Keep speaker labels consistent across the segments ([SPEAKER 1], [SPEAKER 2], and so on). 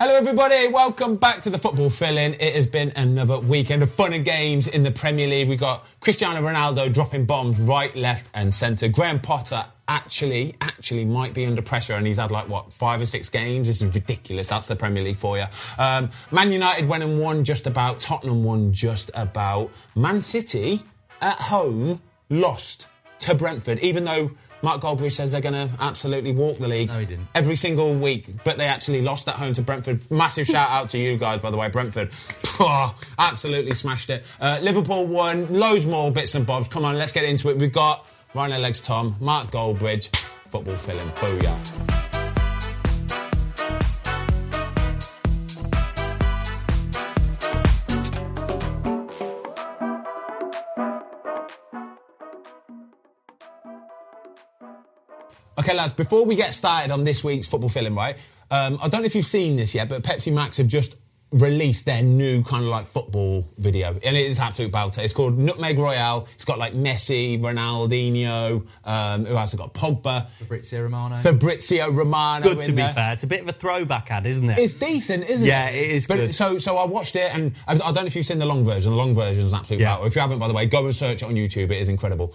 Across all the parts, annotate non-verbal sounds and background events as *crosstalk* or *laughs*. [SPEAKER 1] Hello, everybody. Welcome back to the football fill-in. It has been another weekend of fun and games in the Premier League. We got Cristiano Ronaldo dropping bombs right, left, and centre. Graham Potter actually, actually might be under pressure, and he's had like what five or six games. This is ridiculous. That's the Premier League for you. Um, Man United went and won just about. Tottenham won just about. Man City at home lost to Brentford, even though. Mark Goldbury says they're going to absolutely walk the league.
[SPEAKER 2] No, he didn't.
[SPEAKER 1] Every single week, but they actually lost at home to Brentford. Massive shout out to you guys, by the way, Brentford. Pwah, absolutely smashed it. Uh, Liverpool won. Loads more bits and bobs. Come on, let's get into it. We've got Rhino Legs Tom, Mark Goldbridge, football film. Booyah. Okay, lads, before we get started on this week's football film, right? Um, I don't know if you've seen this yet, but Pepsi Max have just released their new kind of like football video, and it is absolute belter. It's called Nutmeg Royale. It's got like Messi, Ronaldinho, um, who else? Have got Pogba,
[SPEAKER 2] Fabrizio Romano.
[SPEAKER 1] Fabrizio Romano.
[SPEAKER 3] good
[SPEAKER 1] in
[SPEAKER 3] to be
[SPEAKER 1] there.
[SPEAKER 3] fair. It's a bit of a throwback ad, isn't it?
[SPEAKER 1] It's decent, isn't it?
[SPEAKER 3] Yeah, it is
[SPEAKER 1] But
[SPEAKER 3] good.
[SPEAKER 1] so, so I watched it, and I, I don't know if you've seen the long version. The long version is absolutely
[SPEAKER 3] Yeah.
[SPEAKER 1] wow. If you haven't, by the way, go and search it on YouTube. It is incredible.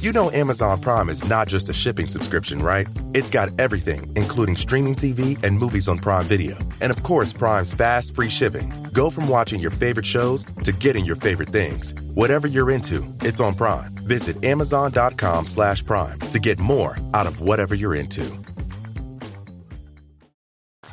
[SPEAKER 4] You know Amazon Prime is not just a shipping subscription, right? It's got everything, including streaming TV and movies on Prime Video. And of course, Prime's fast, free shipping. Go from watching your favorite shows to getting your favorite things. Whatever you're into, it's on Prime. Visit amazon.com slash prime to get more out of whatever you're into.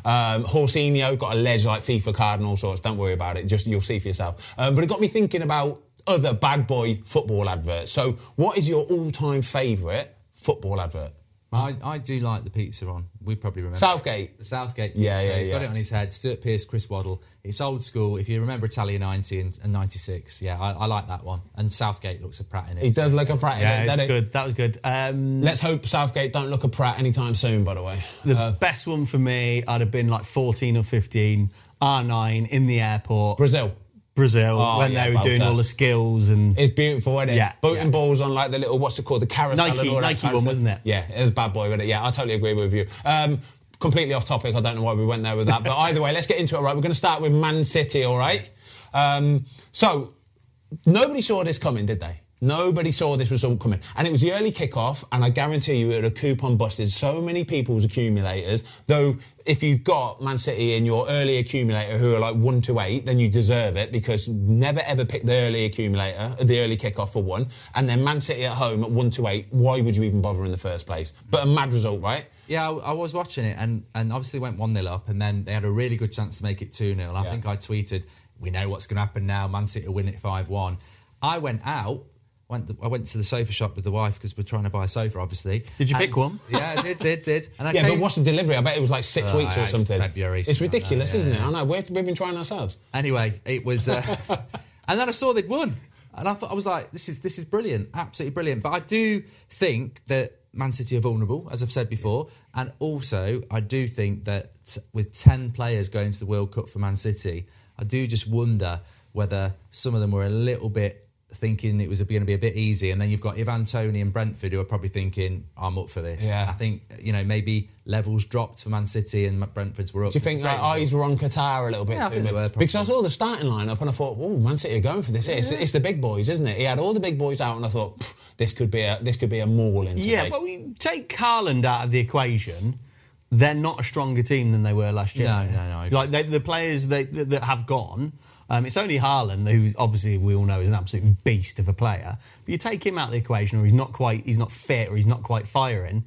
[SPEAKER 1] Um, Horsinho got a ledge like FIFA card and all sorts. Don't worry about it. Just you'll see for yourself. Um, but it got me thinking about other bad boy football adverts. So, what is your all-time favourite football advert?
[SPEAKER 2] I, I do like the pizza on. We probably remember.
[SPEAKER 1] Southgate.
[SPEAKER 2] The Southgate.
[SPEAKER 1] Yeah,
[SPEAKER 2] pizza.
[SPEAKER 1] yeah,
[SPEAKER 2] He's got
[SPEAKER 1] yeah.
[SPEAKER 2] it on his head. Stuart Pearce, Chris Waddle. It's old school. If you remember Italia 90 and, and 96, yeah, I, I like that one. And Southgate looks a prat in it.
[SPEAKER 1] He does look a prat.
[SPEAKER 3] yeah,
[SPEAKER 1] doesn't
[SPEAKER 3] it's
[SPEAKER 1] he?
[SPEAKER 3] good. That was good. Um,
[SPEAKER 1] Let's hope Southgate don't look a prat anytime soon. By the way,
[SPEAKER 3] the
[SPEAKER 2] Uh,
[SPEAKER 3] best one for me, I'd have been like 14 or 15, R9 in the airport,
[SPEAKER 1] Brazil.
[SPEAKER 3] Brazil,
[SPEAKER 1] Oh,
[SPEAKER 3] when
[SPEAKER 1] yeah,
[SPEAKER 3] they were doing
[SPEAKER 1] belter.
[SPEAKER 3] all the skills and
[SPEAKER 1] It's beautiful, isn't it?
[SPEAKER 3] Mm. Yeah,
[SPEAKER 1] Booting
[SPEAKER 3] yeah.
[SPEAKER 1] balls on like the little what's it called, the carousel.
[SPEAKER 3] Nike-
[SPEAKER 1] and all that
[SPEAKER 3] Nike
[SPEAKER 1] kind of
[SPEAKER 3] one,
[SPEAKER 1] stuff.
[SPEAKER 3] wasn't it?
[SPEAKER 1] Yeah, it was bad boy, wasn't it? Yeah, I totally agree with you. Um, completely off topic. I don't know why we went there with
[SPEAKER 3] *laughs*
[SPEAKER 1] that, but either way, let's get into it. Right, we're going to start with Man City. All right. Um, so nobody saw this coming, did they? Nobody saw this result coming. And it was the early kickoff, and I guarantee you it would have coupon busted so many people's accumulators. Though, if you've got Man City in your early accumulator who are like 1 to 8, then you deserve it because never ever pick the early accumulator, the early kickoff for one. And then Man City at home at 1 to 8, why would you even bother in the first place? But a mad result, right?
[SPEAKER 2] Yeah, I, I was watching it and, and obviously went 1 0 up, and then they had a really good chance to make it 2 0. I
[SPEAKER 1] Yeah.
[SPEAKER 2] think I tweeted, We know what's going to happen now. Man City will win it 5 1. I went out. Went I went to the sofa shop with the wife because we're trying to buy a sofa, obviously.
[SPEAKER 3] Did you
[SPEAKER 2] And-
[SPEAKER 3] pick one?
[SPEAKER 2] Yeah, I did, did, did. And I
[SPEAKER 1] Yeah,
[SPEAKER 2] came,
[SPEAKER 1] but what's the delivery? I bet it was like six
[SPEAKER 2] Oh,
[SPEAKER 1] weeks
[SPEAKER 2] yeah,
[SPEAKER 1] or
[SPEAKER 2] it's
[SPEAKER 1] something.
[SPEAKER 2] February,
[SPEAKER 1] It's
[SPEAKER 2] something like that,
[SPEAKER 1] ridiculous,
[SPEAKER 2] yeah,
[SPEAKER 1] isn't
[SPEAKER 2] yeah.
[SPEAKER 1] it? I know. We've we've been trying ourselves.
[SPEAKER 2] Anyway, it was, uh, *laughs* and then I saw they'd won, and I thought I was like, "This is this is brilliant, absolutely brilliant." But I do think that Man City are vulnerable, as I've said before, and also I do think that t- with ten players going to the World Cup for Man City, I do just wonder whether some of them were a little bit thinking it was going to be a bit easy, and then you've got Ivan Tony and Brentford who are probably thinking, "I'm up for this."
[SPEAKER 1] Yeah.
[SPEAKER 2] I think you know maybe levels dropped for Man City and Brentford's were up.
[SPEAKER 1] Do you think
[SPEAKER 2] It's a
[SPEAKER 1] like
[SPEAKER 2] great result.
[SPEAKER 1] eyes were on Qatar a little bit
[SPEAKER 2] Yeah, I
[SPEAKER 1] too
[SPEAKER 2] think they
[SPEAKER 1] much?
[SPEAKER 2] were, probably.
[SPEAKER 1] because I saw the starting lineup and I thought, oh, Man City are going for this. It's, it's the big boys, isn't it? He had all the big boys out, and I thought "Pff, this could be a this could be a maul in
[SPEAKER 3] Yeah,
[SPEAKER 1] today.
[SPEAKER 3] but we take Carland out of the equation. They're not a stronger team than they were last year.
[SPEAKER 2] No, no, no, I agree.
[SPEAKER 3] Like they, the players that, that that have gone, um, it's only Haaland, who obviously we all know is an absolute beast of a player. But you take him out of the equation, or he's not quite, he's not fit, or he's not quite firing.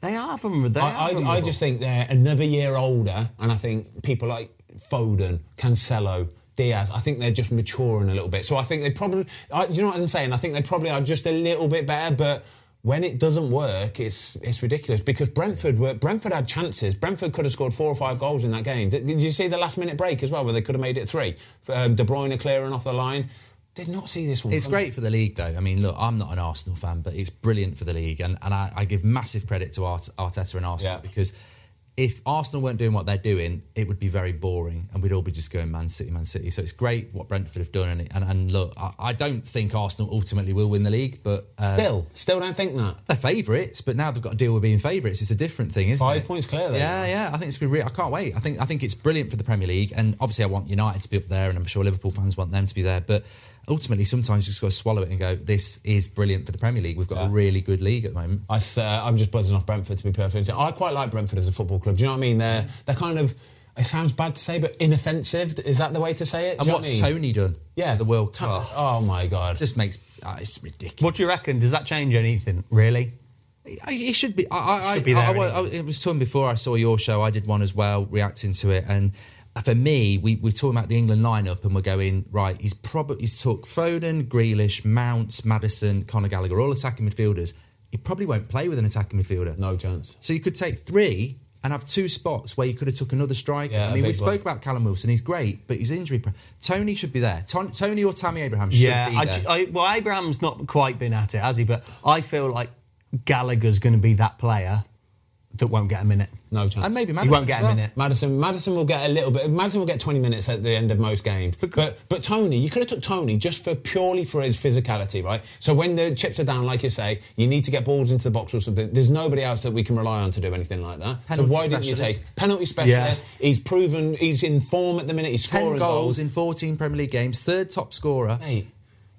[SPEAKER 3] They are from. They are
[SPEAKER 1] I, I, I
[SPEAKER 3] vulnerable.
[SPEAKER 1] just think they're another year older, and I think people like Foden, Cancelo, Diaz, I think they're just maturing a little bit. So I think they probably, I, do you know what I'm saying? I think they probably are just a little bit better, but when it doesn't work, it's it's ridiculous because Brentford were Brentford had chances. Brentford could have scored four or five goals in that game. Did, did you see the last minute break as well, where they could have made it three? Um, De Bruyne clearing off the line. Did not see this one.
[SPEAKER 2] It's great for the league, though. I mean, look, I'm not an Arsenal fan, but it's brilliant for the league, and and I, I give massive credit to Art- Arteta and Arsenal
[SPEAKER 1] Yeah.
[SPEAKER 2] because if Arsenal weren't doing what they're doing, it would be very boring, and we'd all be just going Man City, Man City. So it's great what Brentford have done, and and, and look, I, I don't think Arsenal ultimately will win the league, but uh,
[SPEAKER 1] Still, still don't think that.
[SPEAKER 2] they're favourites, but now they've got to deal with being favourites. It's a different thing, isn't it?
[SPEAKER 1] Five points clear, though.
[SPEAKER 2] Yeah, yeah. I think it's gonna be. Re- I can't wait. I think I think it's brilliant for the Premier League, and obviously I want United to be up there, and I'm sure Liverpool fans want them to be there. But ultimately, sometimes you just got to swallow it and go, "This is brilliant for the Premier League. We've got a really good league at the moment."
[SPEAKER 1] I, s- uh, I'm just buzzing off Brentford to be perfectly honest. I quite like Brentford as a football club. Do you know what I mean? They're
[SPEAKER 2] Mm.
[SPEAKER 1] they're kind of. It sounds bad to say, but inoffensive. Is that the way to say it? Do
[SPEAKER 2] And
[SPEAKER 1] you know
[SPEAKER 2] what's
[SPEAKER 1] what I mean?
[SPEAKER 2] Tony done?
[SPEAKER 1] Yeah,
[SPEAKER 2] the World
[SPEAKER 1] Ta-
[SPEAKER 2] Cup
[SPEAKER 1] Oh my god!
[SPEAKER 2] just makes ah, it's ridiculous.
[SPEAKER 3] What do you reckon? Does that change anything, really?
[SPEAKER 2] I- It should be. I, I,
[SPEAKER 3] Should be
[SPEAKER 2] I,
[SPEAKER 3] there,
[SPEAKER 2] I, wa-
[SPEAKER 3] innit?
[SPEAKER 2] I- it was time before I saw your show. I did one as well, reacting to it. And for me, we we're talking about the England lineup, and we're going right. He's probably he's took Foden, Grealish, Mount, Madison, Conor Gallagher, all attacking midfielders. He probably won't play with an attacking midfielder.
[SPEAKER 1] no chance.
[SPEAKER 2] So you could take three and have two spots where you could have took another striker.
[SPEAKER 1] Yeah,
[SPEAKER 2] I
[SPEAKER 1] a
[SPEAKER 2] mean, we
[SPEAKER 1] big
[SPEAKER 2] spoke
[SPEAKER 1] one.
[SPEAKER 2] about Callum Wilson. He's great, but he's injury prone. Tony should be there. Ton- Tony or Tammy Abraham should
[SPEAKER 3] yeah,
[SPEAKER 2] be
[SPEAKER 3] I
[SPEAKER 2] there.
[SPEAKER 3] ju- I, well, Abraham's not quite been at it, has he? But I feel like Gallagher's going to be that player that won't get a minute.
[SPEAKER 1] No chance.
[SPEAKER 2] and maybe
[SPEAKER 3] he
[SPEAKER 2] Madison
[SPEAKER 3] won't
[SPEAKER 2] as
[SPEAKER 3] get a
[SPEAKER 2] well.
[SPEAKER 3] minute.
[SPEAKER 1] Madison, Madison will get a little bit. Madison will get 20 minutes at the end of most games. But but Tony, you could have took Tony just for purely for his physicality, right? So when the chips are down, like you say, you need to get balls into the box or something. There's nobody else that we can rely on to do anything like that.
[SPEAKER 2] Penalty
[SPEAKER 1] so why didn't you
[SPEAKER 2] specialist.
[SPEAKER 1] take penalty specialist? He's proven he's in form at the minute. He's
[SPEAKER 2] 10
[SPEAKER 1] scoring
[SPEAKER 2] goals, in 14 Premier League games, third top scorer.
[SPEAKER 1] Mate,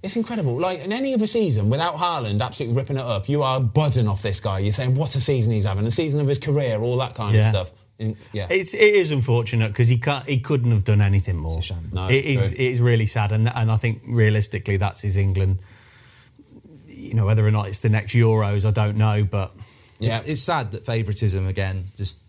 [SPEAKER 1] it's incredible. Like in any other season, without Haaland absolutely ripping it up, you are buzzing off this guy. You're saying what a season he's having, a season of his career, all that kind
[SPEAKER 3] Yeah.
[SPEAKER 1] of stuff. In- yeah.
[SPEAKER 3] It's it is unfortunate because he can't he couldn't have done anything more.
[SPEAKER 2] It's a shame.
[SPEAKER 1] No,
[SPEAKER 3] it is
[SPEAKER 1] true.
[SPEAKER 3] it is really sad, and and I think realistically that's his England. You know whether or not it's the next Euros, I don't know, but
[SPEAKER 1] yeah.
[SPEAKER 2] It's, it's sad that favouritism again just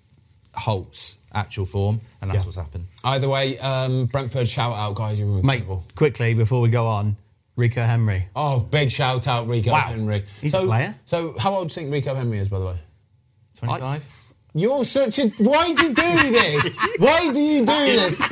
[SPEAKER 2] halts actual form, and that's
[SPEAKER 3] Yeah.
[SPEAKER 2] what's happened.
[SPEAKER 1] Either way, um, Brentford shout out, guys. You're
[SPEAKER 3] mate,
[SPEAKER 1] incredible.
[SPEAKER 3] quickly before we go on, Rico Henry.
[SPEAKER 1] Oh, big shout out, Rico
[SPEAKER 3] Wow.
[SPEAKER 1] Henry.
[SPEAKER 3] He's
[SPEAKER 1] so,
[SPEAKER 3] a player.
[SPEAKER 1] So, how old do you think Rico Henry is, by the way?
[SPEAKER 2] 25.
[SPEAKER 1] You're such a. Why do you do this? Why do you do this?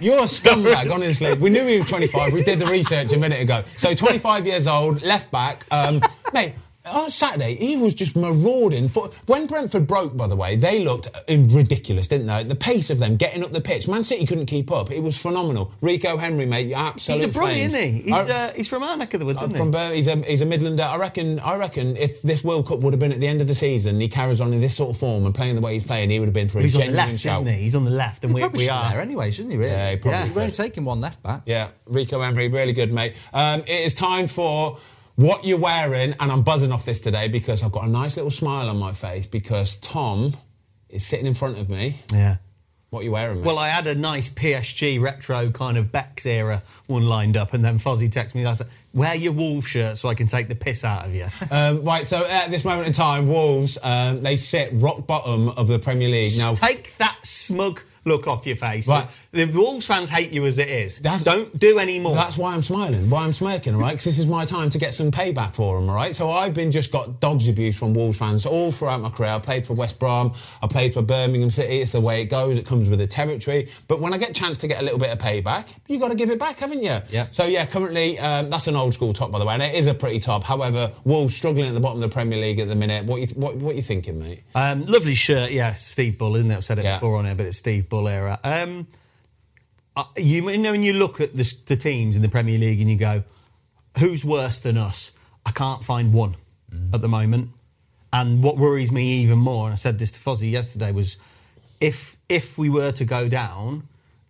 [SPEAKER 1] You're a scumbag, honestly. We knew he was 25. We did the research a minute ago. So 25 years old, left back. Um, mate, on Saturday, he was just marauding. For, when Brentford broke, by the way, they looked uh, ridiculous, didn't they? The pace of them getting up the pitch. Man City couldn't keep up. It was phenomenal. Rico Henry, mate, you're absolute
[SPEAKER 3] He's a brilliant,
[SPEAKER 1] flames.
[SPEAKER 3] isn't he?
[SPEAKER 1] I-
[SPEAKER 3] He's, uh, he's from our neck of the woods,
[SPEAKER 1] I'm
[SPEAKER 3] isn't
[SPEAKER 1] from
[SPEAKER 3] he?
[SPEAKER 1] Bur- he's a he's a Midlander. I reckon. I reckon if this World Cup would have been at the end of the season, he carries on in this sort of form and playing the way he's playing, he would have been for a
[SPEAKER 3] He's on the
[SPEAKER 1] genuine
[SPEAKER 3] left,
[SPEAKER 1] shout.
[SPEAKER 3] isn't he? He's on the left, and
[SPEAKER 2] He
[SPEAKER 3] we,
[SPEAKER 2] probably
[SPEAKER 3] we
[SPEAKER 2] should be
[SPEAKER 3] are.
[SPEAKER 2] there eh? anyway, shouldn't he, really?
[SPEAKER 1] Yeah, he probably
[SPEAKER 2] We've only
[SPEAKER 1] could.
[SPEAKER 2] taken one left back.
[SPEAKER 1] Yeah, Rico Emery, really good, mate. Um, it is time for what you're wearing, and I'm buzzing off this today because I've got a nice little smile on my face because Tom is sitting in front of me.
[SPEAKER 3] Yeah.
[SPEAKER 1] What are you wearing, mate?
[SPEAKER 3] Well, I had a nice PSG retro kind of Beck's era one lined up, and then Fozzie texted me last night, wear your Wolves shirt so I can take the piss out of you.
[SPEAKER 1] um, right, so at this moment in time, Wolves, um, they sit rock bottom of the Premier League. Now,
[SPEAKER 3] Take that smug look off your face.
[SPEAKER 1] Right.
[SPEAKER 3] The, the Wolves fans hate you as it is.
[SPEAKER 1] That's-
[SPEAKER 3] Don't do any more.
[SPEAKER 1] That's why I'm smiling, why I'm smirking, all right? Because this is my time to get some payback for them, all right? So I've been just got dogs abuse from Wolves fans all throughout my career. I played for West Brom, I played for Birmingham City. It's the way it goes. It comes with the territory. But when I get a chance to get a little bit of payback, you got to give it back, haven't you?
[SPEAKER 2] Yeah.
[SPEAKER 1] So yeah, currently um, that's an old school top, by the way, and it is a pretty top. However, Wolves struggling at the bottom of the Premier League at the minute. What you what, what you thinking, mate?
[SPEAKER 3] Um, lovely shirt, yeah, Steve Bull, isn't it? I've said it
[SPEAKER 1] Yeah.
[SPEAKER 3] before on here, but it's Steve Bull era. Um, uh, you, you know, when you look at the, s- the teams in the Premier League and you go, who's worse than us? I can't find one
[SPEAKER 1] Mm.
[SPEAKER 3] at the moment. And what worries me even more, and I said this to Fozzie yesterday, was if if we were to go down,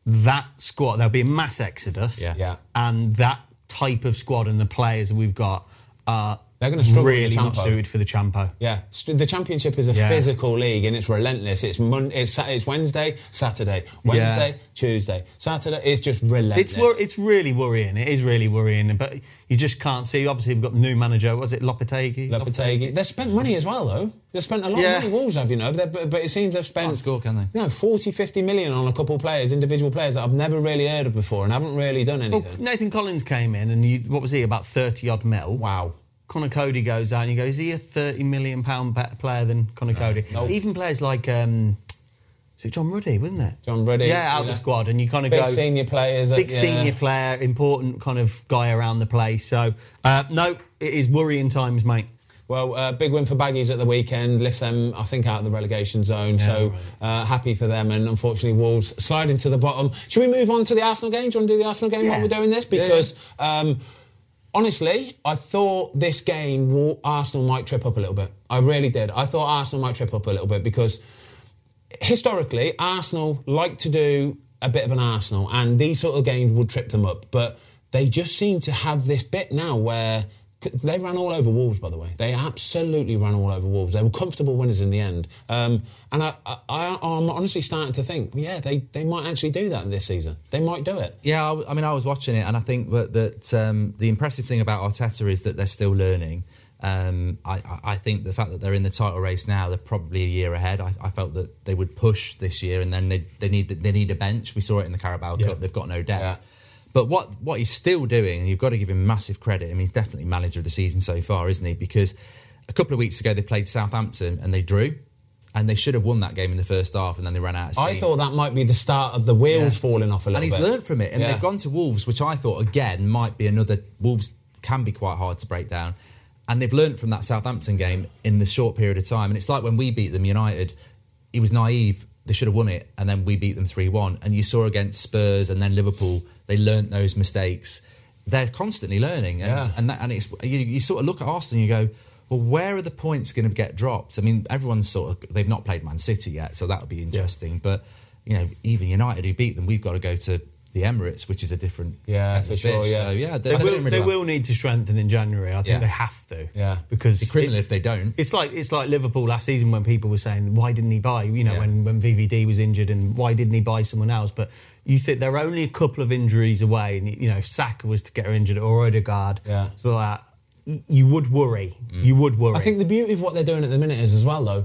[SPEAKER 3] that squad there'll be a mass exodus,
[SPEAKER 1] Yeah. Yeah.
[SPEAKER 3] and that type of squad and the players that we've got are
[SPEAKER 1] They're gonna struggle with the
[SPEAKER 3] really not
[SPEAKER 1] Champo.
[SPEAKER 3] suited for the Champo.
[SPEAKER 1] Yeah, St- the championship is a
[SPEAKER 3] Yeah.
[SPEAKER 1] physical league and it's relentless. It's mon- it's, Sa- it's Wednesday, Saturday, Wednesday, Tuesday, Saturday. It's just relentless.
[SPEAKER 3] It's wor- it's really worrying. It is really worrying, but you just can't see. Obviously, we've got new manager. Was it Lopetegui?
[SPEAKER 1] Lopetegui. They've spent money as well, though. They've spent a lot
[SPEAKER 3] Yeah.
[SPEAKER 1] of money, Wolves have, you know. But, but, but it seems they've spent.
[SPEAKER 2] Can't score, can they?
[SPEAKER 1] No, 40, 50 million on a couple of players, individual players that I've never really heard of before and haven't really done
[SPEAKER 3] Well,
[SPEAKER 1] anything.
[SPEAKER 3] Nathan Collins came in, and you, what was he about thirty odd mil?
[SPEAKER 1] Wow.
[SPEAKER 3] Connor Cody goes out and you go, is he a thirty million pound better player than Connor Cody?
[SPEAKER 1] Nope.
[SPEAKER 3] Even players like um, is it John Ruddy, wasn't it?
[SPEAKER 1] John Ruddy,
[SPEAKER 3] yeah, out
[SPEAKER 1] you
[SPEAKER 3] the
[SPEAKER 1] know.
[SPEAKER 3] squad, and you kind of
[SPEAKER 1] Big
[SPEAKER 3] go
[SPEAKER 1] senior players, uh,
[SPEAKER 3] big
[SPEAKER 1] yeah.
[SPEAKER 3] senior player, important kind of guy around the place. So uh, no, it is worrying times, mate.
[SPEAKER 1] Well, uh, big win for Baggies at the weekend. Lift them, I think, out of the relegation zone. so uh, happy for them. And unfortunately, Wolves sliding to the bottom. Should we move on to the Arsenal game? Do you want to do the Arsenal game while
[SPEAKER 3] Yeah.
[SPEAKER 1] we're doing this?
[SPEAKER 2] Yeah, yeah.
[SPEAKER 1] Because um, honestly, I thought this game wa- Arsenal might trip up a little bit. I really did. I thought Arsenal might trip up a little bit because historically, Arsenal like to do a bit of an Arsenal, and these sort of games would trip them up. But they just seem to have this bit now where c- they ran all over Wolves. By the way, they absolutely ran all over Wolves. They were comfortable winners in the end, um, and I, I, I, I'm honestly starting to think, yeah, they, they might actually do that this season. They might do it.
[SPEAKER 2] Yeah, I, w- I mean, I was watching it, and I think that, that um, the impressive thing about Arteta is that they're still learning. Um, I, I- I think the fact that they're in the title race now, they're probably a year ahead. I, I felt that they would push this year, and then they they need they need a bench. We saw it in the Carabao Cup; they've got no depth. But what what he's still doing, and you've got to give him massive credit. I mean, he's definitely manager of the season so far, isn't he? Because a couple of weeks ago they played Southampton and they drew, and they should have won that game in the first half, and then they ran out. of steam.
[SPEAKER 1] I thought that might be the start of the wheels
[SPEAKER 2] Yeah.
[SPEAKER 1] falling off a little
[SPEAKER 2] And he's
[SPEAKER 1] bit.
[SPEAKER 2] learned from it, and
[SPEAKER 1] Yeah.
[SPEAKER 2] they've gone to Wolves, which I thought again might be another. Wolves can be quite hard to break down, and they've learned from that Southampton game in the short period of time. And it's like when we beat them, United. He was naive; they should have won it, and then we beat them three-one. And you saw against Spurs and then Liverpool, they learnt those mistakes. They're constantly learning, and
[SPEAKER 1] Yeah.
[SPEAKER 2] and, that, and it's you, you sort of look at Arsenal and you go. Well, where are the points going to get dropped? I mean, everyone's sort of they've not played Man City yet, so that would be interesting. But you know, even United who beat them, we've got to go to the Emirates, which is a different
[SPEAKER 1] Yeah,
[SPEAKER 2] kettle
[SPEAKER 1] for
[SPEAKER 2] of
[SPEAKER 1] sure,
[SPEAKER 2] fish.
[SPEAKER 1] yeah.
[SPEAKER 2] so, yeah,
[SPEAKER 3] They
[SPEAKER 2] they're,
[SPEAKER 3] will,
[SPEAKER 2] doing really
[SPEAKER 3] they
[SPEAKER 2] well.
[SPEAKER 3] will need to strengthen in January. I think
[SPEAKER 2] Yeah.
[SPEAKER 3] they have to.
[SPEAKER 1] Yeah.
[SPEAKER 3] because
[SPEAKER 2] Be criminal
[SPEAKER 3] it-
[SPEAKER 2] if they don't.
[SPEAKER 3] It's like it's like Liverpool last season when people were saying, "Why didn't he buy?" You know,
[SPEAKER 2] Yeah.
[SPEAKER 3] when when VVD was injured, and why didn't he buy someone else? But you think they're only a couple of injuries away, and you know, if Saka was to get injured or Odegaard,
[SPEAKER 1] Yeah. Mm.
[SPEAKER 3] so like that, you would worry. You would worry.
[SPEAKER 1] I think the beauty of what they're doing at the minute is as well though.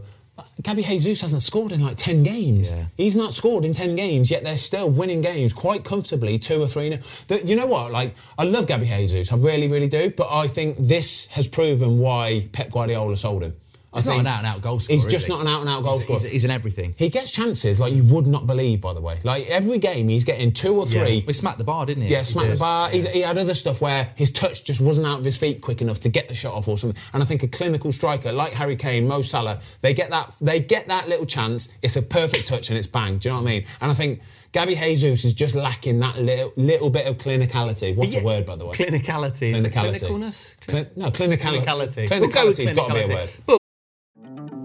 [SPEAKER 1] Gabby Jesus hasn't scored in like ten games.
[SPEAKER 2] Yeah.
[SPEAKER 1] He's not scored in ten games, yet they're still winning games quite comfortably, two or three. The- you know what? Like I love Gabby Jesus, I really, really do. But I think this has proven why Pep Guardiola sold him. I
[SPEAKER 2] He's not
[SPEAKER 1] think-
[SPEAKER 2] an out-and-out goal scorer.
[SPEAKER 1] He's
[SPEAKER 2] is
[SPEAKER 1] just
[SPEAKER 2] he?
[SPEAKER 1] not an out-and-out goal
[SPEAKER 2] He's-
[SPEAKER 1] scorer.
[SPEAKER 2] He's, he's an everything.
[SPEAKER 1] he gets chances like you would not believe. By the way, like every game he's getting two or three.
[SPEAKER 2] We smacked the bar, didn't he?
[SPEAKER 1] Yeah, smack the
[SPEAKER 2] He
[SPEAKER 1] bar. He's, he had other stuff where his touch just wasn't out of his feet quick enough to get the shot off or something. And I think a clinical striker like Harry Kane, Mo Salah, they get that they get that little chance. It's a perfect touch and it's bang. Do you know what I mean? And I think Gabby Jesus is just lacking that little little bit of clinicality. What's
[SPEAKER 3] Yeah.
[SPEAKER 1] a word by the way?
[SPEAKER 3] Clinicality. Is it clinicalness?
[SPEAKER 1] Clin- no, clinicality.
[SPEAKER 3] Clinicality. We'll go with
[SPEAKER 1] Clinicality's got to be a
[SPEAKER 3] clinicality.
[SPEAKER 1] word.
[SPEAKER 3] But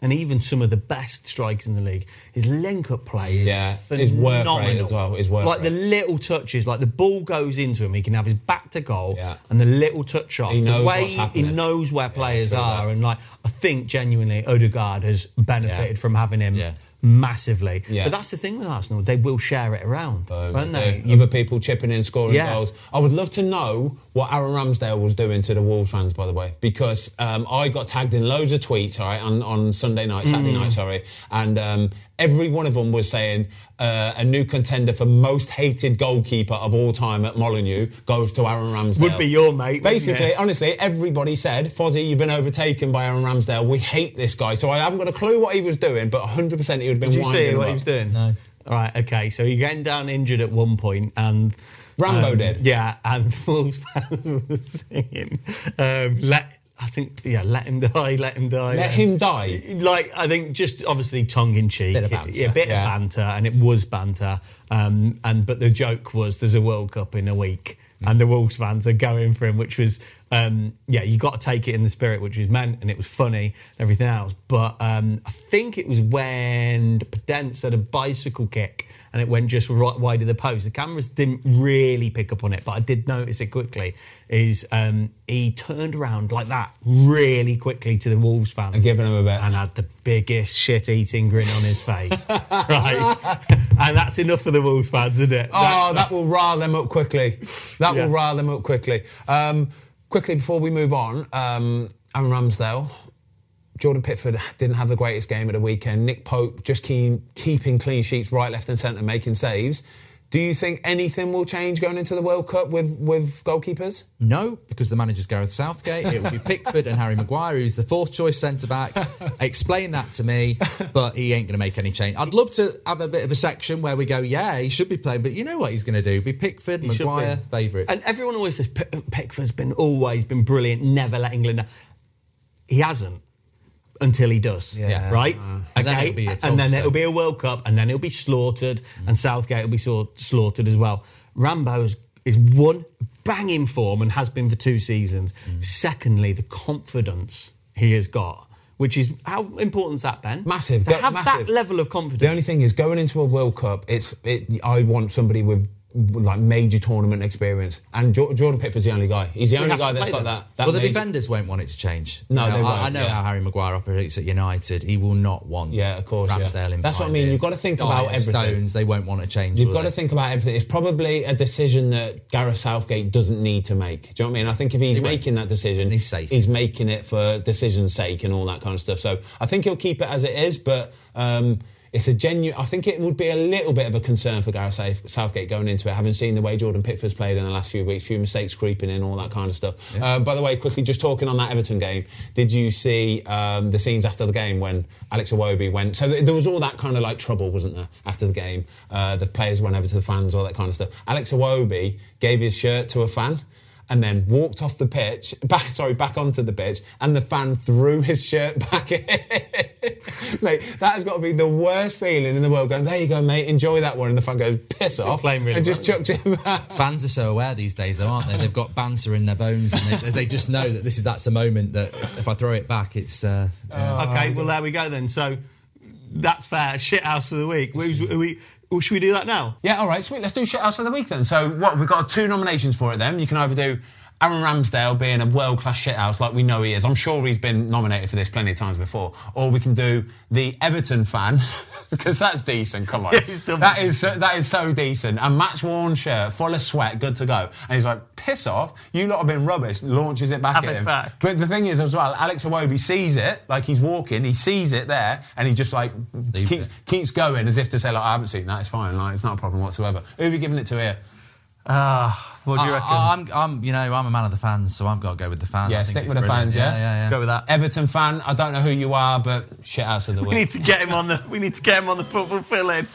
[SPEAKER 3] and even some of the best strikers in the league, is link up play. Is
[SPEAKER 1] Yeah, his work rate
[SPEAKER 3] phenomenal.
[SPEAKER 1] as well, his work
[SPEAKER 3] like the
[SPEAKER 1] rate.
[SPEAKER 3] little touches, like the ball goes into him, he can have his back to goal,
[SPEAKER 1] Yeah.
[SPEAKER 3] and the little touch off.
[SPEAKER 1] He
[SPEAKER 3] the
[SPEAKER 1] knows
[SPEAKER 3] way
[SPEAKER 1] what's
[SPEAKER 3] he
[SPEAKER 1] happening.
[SPEAKER 3] knows where players
[SPEAKER 1] true
[SPEAKER 3] are,
[SPEAKER 1] that.
[SPEAKER 3] and like I think genuinely, Odegaard has benefited
[SPEAKER 1] Yeah.
[SPEAKER 3] from having him.
[SPEAKER 2] Yeah.
[SPEAKER 3] Massively,
[SPEAKER 1] Yeah.
[SPEAKER 3] but that's the thing with Arsenal; they will share it around, won't they?
[SPEAKER 1] Yeah, other people chipping in, scoring
[SPEAKER 3] Yeah.
[SPEAKER 1] goals. I would love to know what Aaron Ramsdale was doing to the Wolves fans, by the way, because um, I got tagged in loads of tweets, all right, on, on Sunday night, Saturday
[SPEAKER 3] Mm.
[SPEAKER 1] night, sorry, and um, every one of them was saying uh, a new contender for most hated goalkeeper of all time at Molineux goes to Aaron Ramsdale.
[SPEAKER 3] Would be your mate, wouldn't
[SPEAKER 1] Basically,
[SPEAKER 3] it?
[SPEAKER 1] honestly, everybody said, Fozzie, you've been overtaken by Aaron Ramsdale. We hate this guy. So I haven't got a clue what he was doing, but 100% he would have been
[SPEAKER 3] Did you
[SPEAKER 1] winding
[SPEAKER 3] see
[SPEAKER 1] him
[SPEAKER 3] what
[SPEAKER 1] up.
[SPEAKER 3] he was doing? No. All right. Okay. So he came down injured at one point, and
[SPEAKER 1] Rambo
[SPEAKER 3] um,
[SPEAKER 1] did.
[SPEAKER 3] Yeah, and *laughs* Wolves fans were singing, um, "Let I think yeah, let him die, let him die,
[SPEAKER 1] Let him die.
[SPEAKER 3] Like I think just obviously tongue in cheek,
[SPEAKER 2] Bit of banter.
[SPEAKER 3] yeah, bit
[SPEAKER 1] Yeah.
[SPEAKER 3] of banter, and it was banter. Um, and but the joke was there's a World Cup in a week,
[SPEAKER 1] Mm.
[SPEAKER 3] and the Wolves fans are going for him, which was um, yeah, you got to take it in the spirit, which was meant, and it was funny, and everything else. But um, I think it was when Pedence had a bicycle kick and it went just right wide of the post. The cameras didn't really pick up on it, but I did notice it quickly. Is um, he turned around like that really quickly to the Wolves fans
[SPEAKER 1] And given 'em a bit.
[SPEAKER 3] and had the biggest shit-eating grin on his face, right? *laughs* and that's enough for the Wolves fans, isn't it?
[SPEAKER 1] Oh, that will rile them up quickly. That
[SPEAKER 3] Yeah.
[SPEAKER 1] will rile them up quickly. Um, quickly before we move on, um, Aaron Ramsdale, Jordan Pitford didn't have the greatest game at the weekend. Nick Pope just keep, keeping clean sheets right, left, and centre, making saves. Do you think anything will change going into the World Cup with with goalkeepers?
[SPEAKER 2] No, because the manager's Gareth Southgate. It will be Pickford and Harry Maguire, who's the fourth choice centre back. Explain that to me, but he ain't going to make any change. I'd love to have a bit of a section where we go, yeah, he should be playing, but you know what he's going to do? Be Pickford,
[SPEAKER 3] He should
[SPEAKER 2] Maguire,
[SPEAKER 3] be.
[SPEAKER 2] favourite.
[SPEAKER 3] And everyone always says P- Pickford's been always been brilliant, never let England down. He hasn't until he does.
[SPEAKER 2] Yeah. Uh,
[SPEAKER 3] Right?
[SPEAKER 2] And then it'll be a
[SPEAKER 3] and then
[SPEAKER 2] toss,
[SPEAKER 3] it'll
[SPEAKER 2] so. Mm.
[SPEAKER 3] be a World Cup, and then he'll be slaughtered, and Southgate will be sor- slaughtered as well. Rambo's is one banging form and has been for two seasons.
[SPEAKER 2] Mm.
[SPEAKER 3] Secondly, the confidence he has got, which is how important is that, Ben?
[SPEAKER 1] Massive.
[SPEAKER 3] To
[SPEAKER 1] Go-
[SPEAKER 3] have
[SPEAKER 1] massive.
[SPEAKER 3] that level of confidence.
[SPEAKER 1] The only thing is, going into a World Cup, it's it, I want somebody with like major tournament experience, and Jo- Jordan Pitford's the only guy. He's the
[SPEAKER 3] He
[SPEAKER 1] only
[SPEAKER 3] has to
[SPEAKER 1] guy that's
[SPEAKER 3] play
[SPEAKER 1] got
[SPEAKER 3] them.
[SPEAKER 1] that. that
[SPEAKER 2] well, the
[SPEAKER 1] major-
[SPEAKER 2] defenders won't want it to change.
[SPEAKER 1] No,
[SPEAKER 2] You know,
[SPEAKER 1] they
[SPEAKER 2] I, I
[SPEAKER 1] won't,
[SPEAKER 2] know
[SPEAKER 1] yeah.
[SPEAKER 2] how Harry Maguire operates at United. He will not want
[SPEAKER 1] Yeah, of course, yeah.
[SPEAKER 2] Ramsdale in
[SPEAKER 1] That's what I
[SPEAKER 2] behind
[SPEAKER 1] mean.
[SPEAKER 2] him.
[SPEAKER 1] You've got to think
[SPEAKER 2] Dyer,
[SPEAKER 1] about everything.
[SPEAKER 2] Stones, they won't want to change.
[SPEAKER 1] You've
[SPEAKER 2] will
[SPEAKER 1] got
[SPEAKER 2] they?
[SPEAKER 1] to think about everything. It's probably a decision that Gareth Southgate doesn't need to make. Do you know what I mean? I think if he's
[SPEAKER 2] won't.
[SPEAKER 1] making that decision,
[SPEAKER 2] And he's safe.
[SPEAKER 1] making it for decision's sake and all that kind of stuff. So I think he'll keep it as it is, but. Um, it's a genuine. I think it would be a little bit of a concern for Gareth South- Southgate going into it, having seen the way Jordan Pitford's played in the last few weeks, few mistakes creeping in, all that kind of stuff. Uh, by the way, quickly, just talking on that Everton game, did you see um, the scenes after the game when Alex Iwobi went? So th- there was all that kind of like trouble, wasn't there, after the game? Uh, the players went over to the fans, all that kind of stuff. Alex Iwobi gave his shirt to a fan and then walked off the pitch, *laughs* back sorry, back onto the pitch, and the fan threw his shirt back in. *laughs* mate, that has got to be the worst feeling in the world. Going, there you go, mate, enjoy that one. And the fan goes, piss off,
[SPEAKER 3] playing really
[SPEAKER 1] and just
[SPEAKER 3] well.
[SPEAKER 1] chucked him back.
[SPEAKER 2] Fans are so aware these days, though, aren't they? They've got banter in their bones, and they, they just know that this is that's a moment that if I throw it back, it's. Uh,
[SPEAKER 3] Okay, well there we go then. So that's fair. Shit house of the week. Who's, who we, well, should we do that now?
[SPEAKER 1] Yeah, all right, sweet. Let's do shit house of the week then. So what? We've got two nominations for it. Then you can either do Aaron Ramsdale being a world class shit house like we know he is. I'm sure he's been nominated for this plenty of times before. Or we can do the Everton fan *laughs* because that's decent. Come on,
[SPEAKER 3] he's done
[SPEAKER 1] that is so, that is so decent. A match worn shirt, full of sweat, good to go. And he's like, piss off, you lot have been rubbish. Launches it back
[SPEAKER 3] Have
[SPEAKER 1] at
[SPEAKER 3] it
[SPEAKER 1] him.
[SPEAKER 3] back.
[SPEAKER 1] But the thing is, as well, Alex Awobi sees it, like he's walking, he sees it there, and he just like keeps,
[SPEAKER 2] it.
[SPEAKER 1] keeps going as if to say, like, I haven't seen that, it's fine, like, it's not a problem whatsoever. Who are we giving it to here?
[SPEAKER 3] Ah, what do you reckon?
[SPEAKER 2] I, am I'm, you know, I'm a man of the fans, so I've got to go with the fans.
[SPEAKER 1] Yeah,
[SPEAKER 2] I think
[SPEAKER 1] stick
[SPEAKER 2] it's
[SPEAKER 1] with the
[SPEAKER 2] brilliant.
[SPEAKER 1] fans, yeah?
[SPEAKER 2] yeah, yeah. yeah.
[SPEAKER 3] Go with that.
[SPEAKER 1] Everton fan, I don't know who you are, but shit house
[SPEAKER 2] *laughs*
[SPEAKER 1] of the
[SPEAKER 3] we
[SPEAKER 1] week.
[SPEAKER 3] need to get him on the. We need to get him on the football fill-in.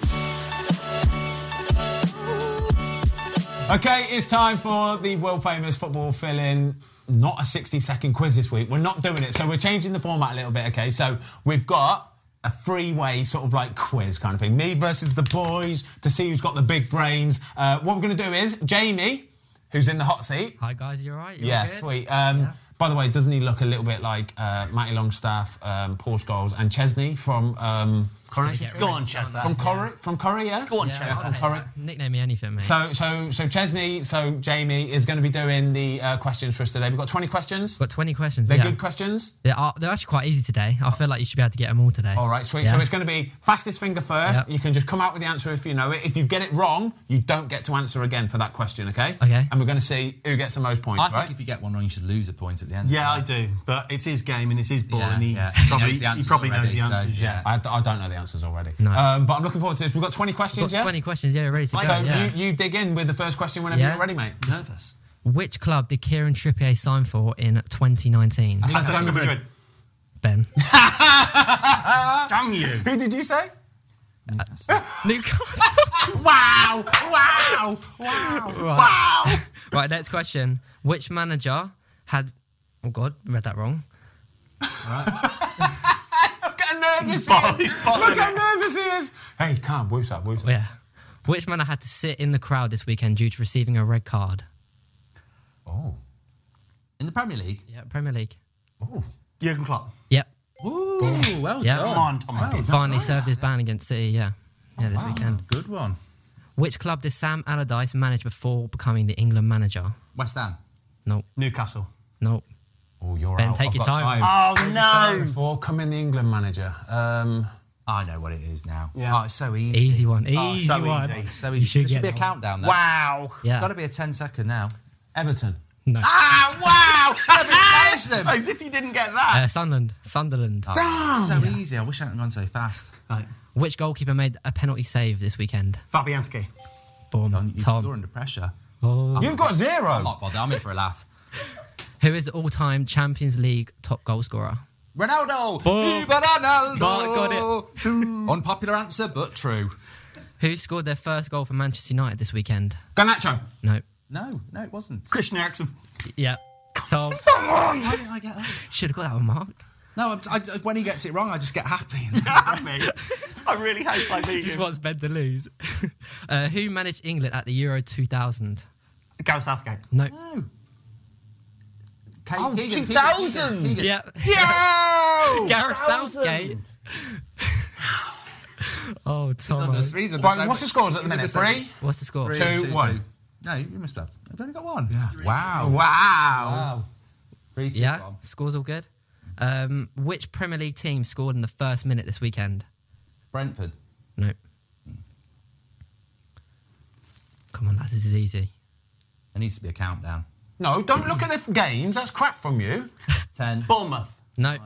[SPEAKER 1] Okay, it's time for the world famous football fill in. Not a 60 second quiz this week. We're not doing it. So we're changing the format a little bit, okay? So we've got a three way sort of like quiz kind of thing me versus the boys to see who's got the big brains. Uh, what we're going to do is Jamie, who's in the hot seat.
[SPEAKER 5] Hi guys, you alright? You all
[SPEAKER 1] Yeah,
[SPEAKER 5] good?
[SPEAKER 1] sweet. Um, By the way, doesn't he look a little bit like uh, Matty Longstaff, um, Paul Scholes, and Chesney from um, Coronation Street?
[SPEAKER 3] Go on, Chester.
[SPEAKER 1] From Corrie, from Corrie, yeah?
[SPEAKER 3] Go on,
[SPEAKER 5] Yeah,
[SPEAKER 3] Chester.
[SPEAKER 5] I'll take
[SPEAKER 1] Alright.
[SPEAKER 5] that. Nickname me anything, mate.
[SPEAKER 1] So, so, so Chesney, so Jamie is going to be doing the uh, questions for us today. We've got 20 questions.
[SPEAKER 5] Got 20 questions.
[SPEAKER 1] They're
[SPEAKER 5] yeah.
[SPEAKER 1] good questions.
[SPEAKER 5] They are, they're actually quite easy today. I feel like you should be able to get them all today.
[SPEAKER 1] All right, sweet. So
[SPEAKER 5] Yeah.
[SPEAKER 1] it's going to be fastest finger first.
[SPEAKER 5] Yeah.
[SPEAKER 1] You can just come out with the answer if you know it. If you get it wrong, you don't get to answer again for that question, okay?
[SPEAKER 5] Okay.
[SPEAKER 1] And we're going to see who gets the most points,
[SPEAKER 2] I think
[SPEAKER 1] right?
[SPEAKER 2] if you get one wrong, you should lose a point at the end.
[SPEAKER 3] Yeah, I do. But it's his game and it's his ball,
[SPEAKER 2] Yeah,
[SPEAKER 3] and he's
[SPEAKER 2] yeah. He
[SPEAKER 3] probably,
[SPEAKER 2] knows the
[SPEAKER 3] he
[SPEAKER 2] answers
[SPEAKER 3] probably knows
[SPEAKER 2] already,
[SPEAKER 3] the
[SPEAKER 2] so,
[SPEAKER 3] answers. yeah.
[SPEAKER 2] yeah.
[SPEAKER 1] I, I don't know the answers already.
[SPEAKER 5] No.
[SPEAKER 1] Um, but I'm looking forward to this. We've got 20
[SPEAKER 5] Got
[SPEAKER 1] questions, yeah?
[SPEAKER 5] 20 questions. Yeah, you're ready to go.
[SPEAKER 1] So
[SPEAKER 5] yeah.
[SPEAKER 1] you, you dig in with the first question whenever
[SPEAKER 5] Yeah.
[SPEAKER 1] you're ready, mate.
[SPEAKER 3] Nervous.
[SPEAKER 5] Which club did Kieran Trippier sign for in 2019?
[SPEAKER 3] Atletico
[SPEAKER 1] Madrid.
[SPEAKER 3] Madrid.
[SPEAKER 1] *laughs*
[SPEAKER 5] ben.
[SPEAKER 3] Damn you.
[SPEAKER 1] Who did you say?
[SPEAKER 5] Newcastle.
[SPEAKER 1] Wow! Wow! Wow! Wow!
[SPEAKER 5] *laughs* right, next question. Which manager had. Oh, God, read that wrong.
[SPEAKER 1] I'm getting nervous.
[SPEAKER 3] Ball-
[SPEAKER 1] here.
[SPEAKER 3] he's bottling
[SPEAKER 1] Look how
[SPEAKER 3] it.
[SPEAKER 1] nervous he is. Hey, calm, woo's up, woo's up.
[SPEAKER 5] Yeah. Which man had to sit in the crowd this weekend due to receiving a red card?
[SPEAKER 1] Oh.
[SPEAKER 2] In the Premier League.
[SPEAKER 5] Yeah, Premier League.
[SPEAKER 3] Jurgen Klopp.
[SPEAKER 5] Yep.
[SPEAKER 2] Ooh, well
[SPEAKER 5] Yeah.
[SPEAKER 2] done.
[SPEAKER 3] Come on, Tom.
[SPEAKER 5] Finally served his ban against City, yeah. Yeah, this
[SPEAKER 2] Oh, Wow,
[SPEAKER 5] weekend.
[SPEAKER 2] Good one.
[SPEAKER 5] Which club did Sam Allardyce manage before becoming the England manager?
[SPEAKER 2] West Ham.
[SPEAKER 5] Nope.
[SPEAKER 3] Newcastle.
[SPEAKER 5] Nope.
[SPEAKER 1] Oh, you're
[SPEAKER 5] Ben,
[SPEAKER 1] out.
[SPEAKER 5] take
[SPEAKER 1] I've
[SPEAKER 5] your
[SPEAKER 1] got
[SPEAKER 5] time.
[SPEAKER 2] Ah.
[SPEAKER 3] Oh no!
[SPEAKER 1] Before coming the England manager. Um,
[SPEAKER 2] I know what it is now.
[SPEAKER 3] Yeah.
[SPEAKER 2] Oh, it's so easy.
[SPEAKER 5] Easy one. Easy
[SPEAKER 3] Oh,
[SPEAKER 5] one.
[SPEAKER 3] so easy.
[SPEAKER 2] So
[SPEAKER 5] You
[SPEAKER 2] easy.
[SPEAKER 5] should
[SPEAKER 2] There should
[SPEAKER 5] get
[SPEAKER 2] be a
[SPEAKER 5] that one.
[SPEAKER 2] countdown there.
[SPEAKER 3] Wow.
[SPEAKER 5] Yeah.
[SPEAKER 2] Got to be a 10 second now.
[SPEAKER 1] Everton.
[SPEAKER 5] No.
[SPEAKER 2] Ah, *laughs* wow! Never managed them.
[SPEAKER 3] As if you didn't get that.
[SPEAKER 5] Uh, Sunderland. Sunderland.
[SPEAKER 2] Ah. So easy. I wish I hadn't gone so fast.
[SPEAKER 3] Right.
[SPEAKER 5] Which goalkeeper made a penalty save this weekend?
[SPEAKER 3] Fabianski.
[SPEAKER 5] Boom.
[SPEAKER 2] Don, you,
[SPEAKER 5] Tom.
[SPEAKER 2] You're under pressure.
[SPEAKER 5] Oh.
[SPEAKER 1] You've got
[SPEAKER 2] I'm
[SPEAKER 1] zero.
[SPEAKER 2] not bothered. I'm in for a laugh.
[SPEAKER 5] Who is the all-time Champions League top goal scorer?
[SPEAKER 2] Ronaldo!
[SPEAKER 5] Boom.
[SPEAKER 2] Viva Ronaldo!
[SPEAKER 5] Mark got it.
[SPEAKER 2] *laughs* Unpopular answer, but true.
[SPEAKER 5] Who scored their first goal for Manchester United this weekend?
[SPEAKER 1] Ganacho.
[SPEAKER 5] No.
[SPEAKER 2] No, no, it wasn't.
[SPEAKER 3] Christian *laughs* Eriksen.
[SPEAKER 5] Yeah. Tom.
[SPEAKER 2] Why didn't I get that?
[SPEAKER 5] Should have got that one, Mark.
[SPEAKER 2] No, I'm, I, when he gets it wrong, I just get happy. *laughs*
[SPEAKER 3] Happy. I really hope I beat
[SPEAKER 5] Just
[SPEAKER 3] you.
[SPEAKER 5] wants Ben to lose. *laughs* uh, who managed England at the Euro 2000?
[SPEAKER 3] Gareth Southgate.
[SPEAKER 5] No.
[SPEAKER 2] no. Kate,
[SPEAKER 1] Oh,
[SPEAKER 2] Keegan,
[SPEAKER 1] 2000.
[SPEAKER 2] Keegan, Keegan.
[SPEAKER 5] Yeah.
[SPEAKER 2] Yo!
[SPEAKER 5] *laughs* Gareth Southgate. *laughs* oh, Tom.
[SPEAKER 2] Goodness, he's under so
[SPEAKER 1] Right, what's
[SPEAKER 2] much-
[SPEAKER 1] the scores at the
[SPEAKER 2] he's under
[SPEAKER 1] minute?
[SPEAKER 2] so
[SPEAKER 1] Three?
[SPEAKER 5] What's the score?
[SPEAKER 2] much-
[SPEAKER 1] Two, one.
[SPEAKER 2] No, you must have. I've only got one. Wow.
[SPEAKER 1] Wow.
[SPEAKER 3] Oh.
[SPEAKER 2] Three, two,
[SPEAKER 5] Yeah.
[SPEAKER 2] one.
[SPEAKER 5] Scores all good. Um, which Premier League team scored in the first minute this weekend?
[SPEAKER 2] Brentford.
[SPEAKER 5] No. Come on, lads. This is easy.
[SPEAKER 2] There needs to be a countdown.
[SPEAKER 1] No, don't look at the games. That's crap from you.
[SPEAKER 2] Ten.
[SPEAKER 3] Bournemouth.
[SPEAKER 5] No.
[SPEAKER 2] Oh,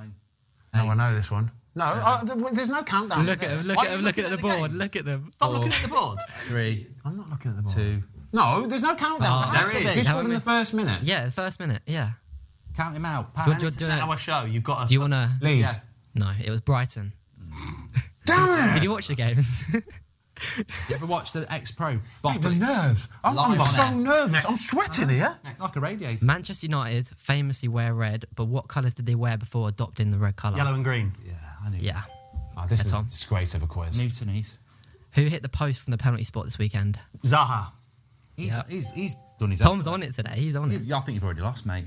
[SPEAKER 1] No, I know this one. No, uh, th- there's no countdown.
[SPEAKER 5] Look at them. Look
[SPEAKER 1] Why
[SPEAKER 5] at
[SPEAKER 1] are
[SPEAKER 5] them.
[SPEAKER 1] you
[SPEAKER 5] Look at the board.
[SPEAKER 1] games?
[SPEAKER 5] Look at them.
[SPEAKER 3] Stop looking at the board.
[SPEAKER 2] Three,
[SPEAKER 1] I'm not looking at the board.
[SPEAKER 2] two.
[SPEAKER 1] No, there's no countdown.
[SPEAKER 5] Oh,
[SPEAKER 1] there
[SPEAKER 5] there
[SPEAKER 1] is.
[SPEAKER 5] is.
[SPEAKER 1] He scored in
[SPEAKER 5] Haven't
[SPEAKER 1] the
[SPEAKER 5] we?
[SPEAKER 1] first minute.
[SPEAKER 5] Yeah, the first minute. Yeah.
[SPEAKER 2] Count him out. Pat.
[SPEAKER 5] Good, good.
[SPEAKER 3] It's now our show. You've got
[SPEAKER 5] Do
[SPEAKER 3] to.
[SPEAKER 5] you want to?
[SPEAKER 1] Leeds.
[SPEAKER 3] Yeah.
[SPEAKER 5] No, it was Brighton.
[SPEAKER 1] Damn it!
[SPEAKER 5] Did you watch the games? *laughs*
[SPEAKER 2] You ever watch the X-Pro?
[SPEAKER 1] Hey, the nerve. I'm, I'm
[SPEAKER 2] Live on
[SPEAKER 1] so
[SPEAKER 2] air.
[SPEAKER 1] nervous. I'm sweating here.
[SPEAKER 2] Like a radiator.
[SPEAKER 5] Manchester United famously wear red, but what colours did they wear before adopting the red colour?
[SPEAKER 3] Yellow and green.
[SPEAKER 2] Yeah, I knew.
[SPEAKER 5] Yeah.
[SPEAKER 1] Oh, this
[SPEAKER 5] Yeah,
[SPEAKER 1] is
[SPEAKER 5] Tom.
[SPEAKER 1] a disgrace of a quiz.
[SPEAKER 2] Newton Heath.
[SPEAKER 5] Who hit the post from the penalty spot this weekend?
[SPEAKER 3] Zaha.
[SPEAKER 2] He's,
[SPEAKER 5] Yeah.
[SPEAKER 2] he's, he's done his
[SPEAKER 5] Tom's
[SPEAKER 2] own.
[SPEAKER 5] on it today. He's on it.
[SPEAKER 2] Yeah, I think you've already lost, mate.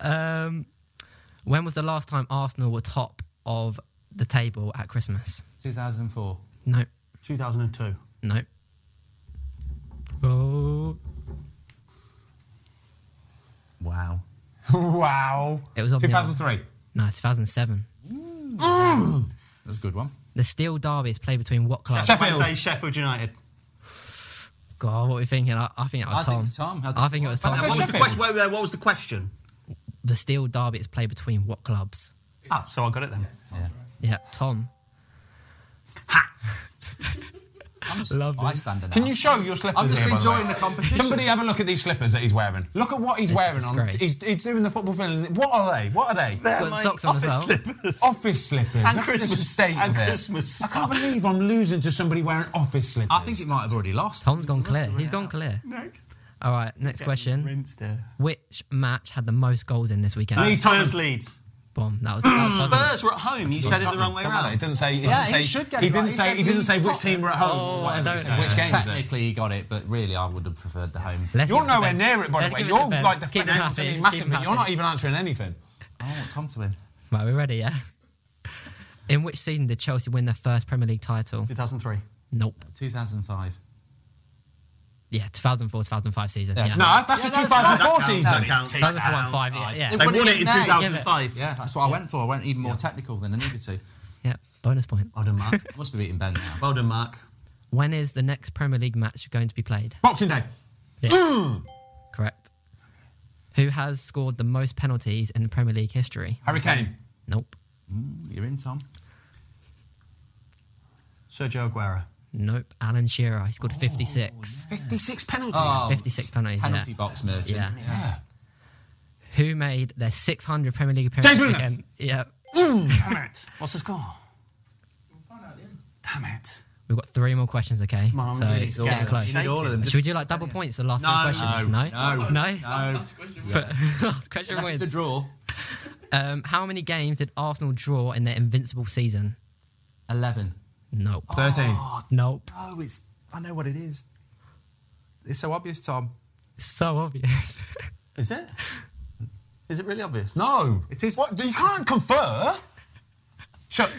[SPEAKER 5] Um, When was the last time Arsenal were top of the table at Christmas?
[SPEAKER 2] 2004.
[SPEAKER 5] No.
[SPEAKER 3] 2002.
[SPEAKER 5] No. Oh.
[SPEAKER 2] Wow.
[SPEAKER 1] wow.
[SPEAKER 5] It was on the-
[SPEAKER 1] 2003.
[SPEAKER 5] No, 2007.
[SPEAKER 2] That's a good one.
[SPEAKER 5] The Steel Derby is played between what club?
[SPEAKER 1] Sheffield.
[SPEAKER 3] Wednesday, Sheffield United.
[SPEAKER 5] God, what were we thinking? I, I think it was
[SPEAKER 2] I
[SPEAKER 5] Tom.
[SPEAKER 2] think it's Tom. I
[SPEAKER 5] I think it was
[SPEAKER 2] think-
[SPEAKER 5] Tom.
[SPEAKER 3] What was, the
[SPEAKER 1] Sheffield.
[SPEAKER 3] question, wait, wait, what was the question?
[SPEAKER 5] The Steel Derby is played between what clubs?
[SPEAKER 3] Ah, so I got it then.
[SPEAKER 2] Yeah.
[SPEAKER 5] Yeah, Tom.
[SPEAKER 2] I'm just
[SPEAKER 5] Love this.
[SPEAKER 2] bystander now.
[SPEAKER 1] Can you show your slippers?
[SPEAKER 2] I'm just
[SPEAKER 1] here, by
[SPEAKER 2] enjoying
[SPEAKER 1] way?
[SPEAKER 2] the competition.
[SPEAKER 1] Somebody have a look at these slippers that he's wearing. Look at what he's
[SPEAKER 5] It's a
[SPEAKER 1] wearing on.
[SPEAKER 5] disgrace.
[SPEAKER 1] He's, he's doing the football film. What are they? What are they?
[SPEAKER 3] They're
[SPEAKER 5] Got
[SPEAKER 3] my
[SPEAKER 5] socks on as
[SPEAKER 3] office
[SPEAKER 5] well.
[SPEAKER 3] slippers.
[SPEAKER 1] Office slippers. Look at
[SPEAKER 3] And
[SPEAKER 1] the
[SPEAKER 3] Christmas.
[SPEAKER 1] state
[SPEAKER 3] And
[SPEAKER 1] of it.
[SPEAKER 3] Christmas.
[SPEAKER 1] I can't believe I'm losing to somebody wearing office slippers.
[SPEAKER 2] I think it might have already lost.
[SPEAKER 5] Tom's gone clear. He's gone clear.
[SPEAKER 3] *laughs* Next.
[SPEAKER 5] All right, next question.
[SPEAKER 3] Rinsed there.
[SPEAKER 5] Which match had the most goals in this weekend?
[SPEAKER 1] Leeds.
[SPEAKER 3] Spurs leads.
[SPEAKER 5] Bomb. That was, that was wasn't it?
[SPEAKER 3] Spurs were at home. You said it the wrong way
[SPEAKER 1] Don't matter,
[SPEAKER 3] around.
[SPEAKER 1] It didn't say. It
[SPEAKER 2] Yeah,
[SPEAKER 1] didn't
[SPEAKER 2] he
[SPEAKER 1] say,
[SPEAKER 2] should get it
[SPEAKER 1] He didn't
[SPEAKER 2] right. He
[SPEAKER 1] say.
[SPEAKER 2] said
[SPEAKER 1] He didn't say
[SPEAKER 2] Leeds
[SPEAKER 1] which team were at home. or
[SPEAKER 5] Oh, I
[SPEAKER 1] whatever
[SPEAKER 5] don't
[SPEAKER 1] it said,
[SPEAKER 5] know.
[SPEAKER 1] Which game?
[SPEAKER 2] Technically, he got it, but really, I would have preferred the home.
[SPEAKER 5] Let's
[SPEAKER 1] You're
[SPEAKER 5] give it to
[SPEAKER 1] nowhere
[SPEAKER 5] Ben.
[SPEAKER 1] near it, by
[SPEAKER 5] Let's
[SPEAKER 1] the way.
[SPEAKER 5] give
[SPEAKER 1] You're
[SPEAKER 5] to Ben.
[SPEAKER 1] like
[SPEAKER 5] Keep him
[SPEAKER 1] defending
[SPEAKER 5] happy.
[SPEAKER 1] something
[SPEAKER 5] Keep
[SPEAKER 1] massive,
[SPEAKER 5] him
[SPEAKER 1] but you're not
[SPEAKER 5] happy.
[SPEAKER 1] even answering anything.
[SPEAKER 2] I want Tom Oh, to win.
[SPEAKER 5] Right, we're ready, yeah? In which season did Chelsea win their first Premier League title?
[SPEAKER 3] 2003.
[SPEAKER 5] Nope.
[SPEAKER 2] 2005.
[SPEAKER 5] Yeah, 2004 2005 season. Yeah.
[SPEAKER 2] it's
[SPEAKER 1] No, that's a
[SPEAKER 2] Yeah, that's
[SPEAKER 1] 2004
[SPEAKER 3] That
[SPEAKER 1] season.
[SPEAKER 3] counts, that counts.
[SPEAKER 5] 2005, yeah.
[SPEAKER 2] It
[SPEAKER 5] Yeah.
[SPEAKER 3] They
[SPEAKER 2] would've
[SPEAKER 3] won it
[SPEAKER 2] been
[SPEAKER 3] in
[SPEAKER 2] there.
[SPEAKER 3] 2005.
[SPEAKER 2] Yeah, that's what I went for. I went even more technical than I needed to.
[SPEAKER 5] yeah. Bonus point.
[SPEAKER 3] Well done, Mark.
[SPEAKER 2] Must be beating Ben now.
[SPEAKER 3] Well done, Mark.
[SPEAKER 5] When is the next Premier League match going to be played?
[SPEAKER 1] Boxing Day.
[SPEAKER 5] Correct. Who has scored the most penalties in Premier League history?
[SPEAKER 1] Harry Kane.
[SPEAKER 5] Nope.
[SPEAKER 2] You're in, Tom.
[SPEAKER 3] Sergio Aguero.
[SPEAKER 5] Nope. Alan Shearer. He scored 56.
[SPEAKER 1] 56 penalties.
[SPEAKER 5] 56 penalties,
[SPEAKER 2] Penalty
[SPEAKER 5] yeah.
[SPEAKER 2] box merchant.
[SPEAKER 5] Yeah. Who made their 600 Premier League appearance?
[SPEAKER 1] James Milner.
[SPEAKER 5] again? Yeah.
[SPEAKER 3] Damn it. What's the score? Damn it.
[SPEAKER 5] We've got three more questions, okay?
[SPEAKER 3] Come on,
[SPEAKER 5] so
[SPEAKER 3] really
[SPEAKER 5] it's
[SPEAKER 3] scared.
[SPEAKER 5] getting close.
[SPEAKER 2] You need all of them.
[SPEAKER 5] Should we do like double points for the last
[SPEAKER 3] No,
[SPEAKER 5] three questions? No.
[SPEAKER 2] no,
[SPEAKER 5] No. *laughs*
[SPEAKER 2] No,
[SPEAKER 5] But- last question
[SPEAKER 2] unless it's a draw.
[SPEAKER 5] wins. Um, how many games did Arsenal draw in their invincible season?
[SPEAKER 2] 11.
[SPEAKER 5] Nope. Ah.
[SPEAKER 1] 13.
[SPEAKER 5] Nope.
[SPEAKER 2] Oh, it's. I know what it is. It's so obvious, Tom.
[SPEAKER 5] So obvious. *laughs*
[SPEAKER 3] Is it? Is it really obvious?
[SPEAKER 1] No.
[SPEAKER 2] It is-
[SPEAKER 1] What? You can't confer. Shut.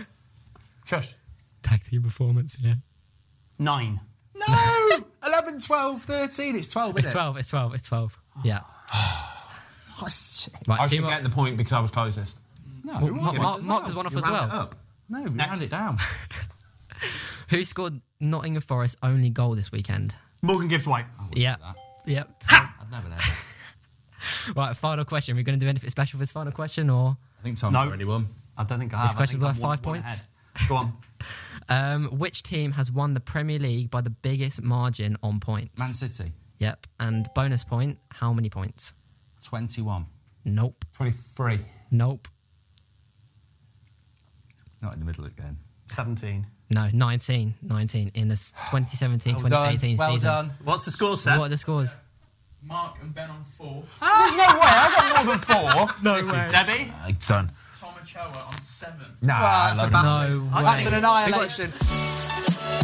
[SPEAKER 1] Shush.
[SPEAKER 5] Tag team performance, yeah.
[SPEAKER 3] Nine.
[SPEAKER 2] No! *laughs* 11, 12, 13. It's 12, isn't
[SPEAKER 5] It's
[SPEAKER 2] it?
[SPEAKER 5] 12. It's 12. It's 12. Yeah.
[SPEAKER 2] Oh, shit.
[SPEAKER 5] Right,
[SPEAKER 1] I
[SPEAKER 5] two
[SPEAKER 1] should
[SPEAKER 5] more.
[SPEAKER 1] get the point because I was closest.
[SPEAKER 2] No,
[SPEAKER 5] Well,
[SPEAKER 2] we
[SPEAKER 5] Mark-
[SPEAKER 2] want
[SPEAKER 5] Mark-
[SPEAKER 2] it
[SPEAKER 5] Mark was one off
[SPEAKER 2] You
[SPEAKER 5] as
[SPEAKER 2] round
[SPEAKER 5] well.
[SPEAKER 2] it up. No, we round it down.
[SPEAKER 5] Who scored Nottingham Forest's only goal this weekend?
[SPEAKER 3] Morgan Gibbs White.
[SPEAKER 5] Yep.
[SPEAKER 2] *laughs*
[SPEAKER 5] Yep.
[SPEAKER 2] I've never known. that.
[SPEAKER 5] right, final question. We're going to do anything special for this final question, or
[SPEAKER 2] I think Tom's
[SPEAKER 3] No.
[SPEAKER 2] already won.
[SPEAKER 3] I don't think I have. I
[SPEAKER 5] question
[SPEAKER 3] think I'm
[SPEAKER 5] worth
[SPEAKER 3] one-
[SPEAKER 5] five
[SPEAKER 3] one
[SPEAKER 5] points?
[SPEAKER 3] ahead. *laughs* Go on.
[SPEAKER 5] um, which team has won the Premier League by the biggest margin on points?
[SPEAKER 2] Man City,
[SPEAKER 5] Yep. And bonus point, how many points?
[SPEAKER 2] 21.
[SPEAKER 5] Nope.
[SPEAKER 1] 23.
[SPEAKER 5] Nope.
[SPEAKER 2] Not in the middle again.
[SPEAKER 3] 17.
[SPEAKER 5] No, 19. 19 in the
[SPEAKER 2] *sighs*
[SPEAKER 5] s- 2017
[SPEAKER 2] Well done.
[SPEAKER 5] 2018
[SPEAKER 2] Well
[SPEAKER 5] season.
[SPEAKER 2] done.
[SPEAKER 3] What's the score,
[SPEAKER 5] What
[SPEAKER 3] Seb?
[SPEAKER 5] are the scores?
[SPEAKER 6] Mark and Ben on four.
[SPEAKER 1] There's no way. I got more than
[SPEAKER 5] *laughs*
[SPEAKER 1] four. No
[SPEAKER 3] Debbie?
[SPEAKER 1] done.
[SPEAKER 6] Tom Ochoa on seven.
[SPEAKER 1] Nah,
[SPEAKER 2] Ah, that's, a
[SPEAKER 1] load of-
[SPEAKER 2] bastard.
[SPEAKER 5] No
[SPEAKER 2] that's
[SPEAKER 5] way.
[SPEAKER 2] an annihilation.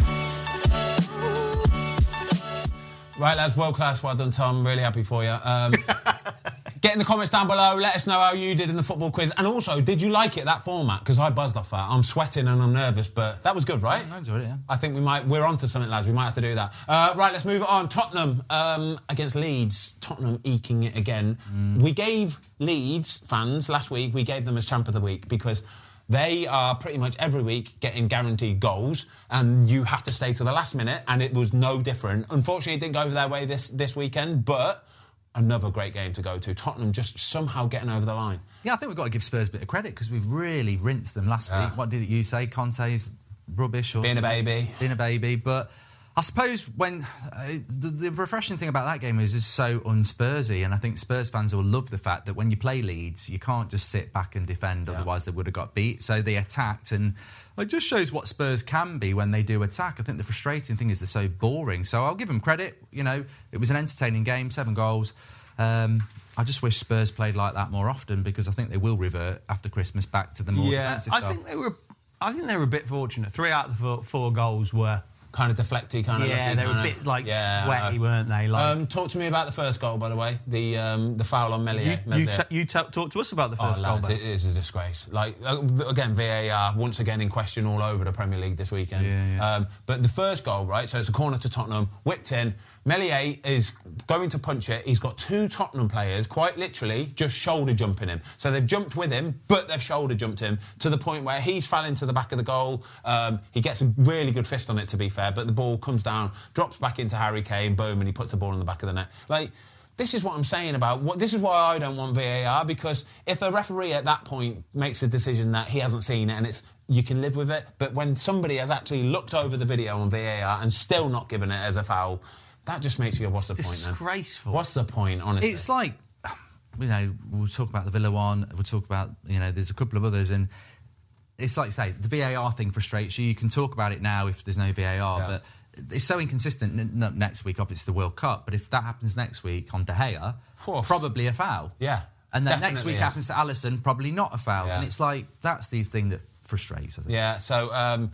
[SPEAKER 1] Right, lads, world class. Well done, Tom. Really happy for you.
[SPEAKER 2] *laughs*
[SPEAKER 1] Um, get in the comments down below. Let us know how you did in the football quiz. And also, did you like it, that format? Because I buzzed off that. I'm sweating and I'm nervous, but that was good, right?
[SPEAKER 2] I enjoyed it, yeah.
[SPEAKER 1] I think we might, we're onto something, lads. We might have to do that. Uh, right, let's move on. Tottenham um, against Leeds. Tottenham eking it again.
[SPEAKER 3] Mm.
[SPEAKER 1] We gave Leeds fans last week, we gave them as champ of the week because they are pretty much every week getting guaranteed goals and you have to stay till the last minute and it was no different. Unfortunately, it didn't go their way this, this weekend, but another great game to go to. Tottenham just somehow getting over the line.
[SPEAKER 2] Yeah, I think we've got to give Spurs a bit of credit because we've really rinsed them last week. What did you say? Conte's rubbish or
[SPEAKER 1] Being a
[SPEAKER 2] something?
[SPEAKER 1] baby.
[SPEAKER 2] Being a baby, but. I suppose when uh, the, the refreshing thing about that game is it's so unspursy, and I think Spurs fans will love the fact that when you play Leeds, you can't just sit back and defend, otherwise they would have got beat. So they attacked, and it just shows what Spurs can be when they do attack. I think the frustrating thing is they're so boring. So I'll give them credit. You know, it was an entertaining game, seven goals. Um, I just wish Spurs played like that more often because I think they will revert after Christmas back to the
[SPEAKER 1] Oh,
[SPEAKER 2] more
[SPEAKER 3] Yeah,
[SPEAKER 2] defensive
[SPEAKER 3] I
[SPEAKER 2] style.
[SPEAKER 3] think they were. I think they were a bit fortunate. Three out of the four, four goals were.
[SPEAKER 1] Kind of deflecty, kind of.
[SPEAKER 3] Yeah,
[SPEAKER 1] looking,
[SPEAKER 3] they were a
[SPEAKER 1] kind of-
[SPEAKER 3] bit like
[SPEAKER 1] Yeah.
[SPEAKER 3] sweaty, weren't they? Like
[SPEAKER 1] Um, talk to me about the first goal, by the way. The um, the foul on Melia.
[SPEAKER 3] you, you, t- you t- talk to us about the first goal.
[SPEAKER 1] lads,
[SPEAKER 3] Ben.
[SPEAKER 1] Oh, it is a disgrace. Like uh, again, VAR once again in question all over the Premier League this weekend.
[SPEAKER 2] Yeah, yeah.
[SPEAKER 1] Um, but the first goal, right? So it's a corner to Tottenham, whipped in. Melier is going to punch it. He's got two Tottenham players, quite literally, just shoulder jumping him. So they've jumped with him, but they've shoulder jumped him to the point where he's fell into the back of the goal. Um, he gets a really good fist on it, to be fair, but the ball comes down, drops back into Harry Kane, boom, and he puts the ball in the back of the net. Like this is what I'm saying about what this is why I don't want VAR because if a referee at that point makes a decision that he hasn't seen it and it's you can live with it, but when somebody has actually looked over the video on VAR and still not given it as a foul, that just makes you go, what's the point then?
[SPEAKER 3] Disgraceful.
[SPEAKER 1] What's the point, honestly?
[SPEAKER 2] It's like, you know, we'll talk about the Villa one. We'll talk about, you know, there's a couple of others. And it's like, you say, the VAR thing frustrates you. You can talk about it now if there's no VAR,
[SPEAKER 1] Yeah.
[SPEAKER 2] but it's so inconsistent. N- Not next week, obviously, the World Cup. But if that happens next week on De Gea,
[SPEAKER 1] Woof.
[SPEAKER 2] probably a foul.
[SPEAKER 1] Yeah,
[SPEAKER 2] And then next
[SPEAKER 1] definitely
[SPEAKER 2] week
[SPEAKER 1] is.
[SPEAKER 2] happens to Allison, probably not a foul.
[SPEAKER 1] Yeah.
[SPEAKER 2] And it's like, that's the thing that frustrates, I think.
[SPEAKER 1] Yeah, so um,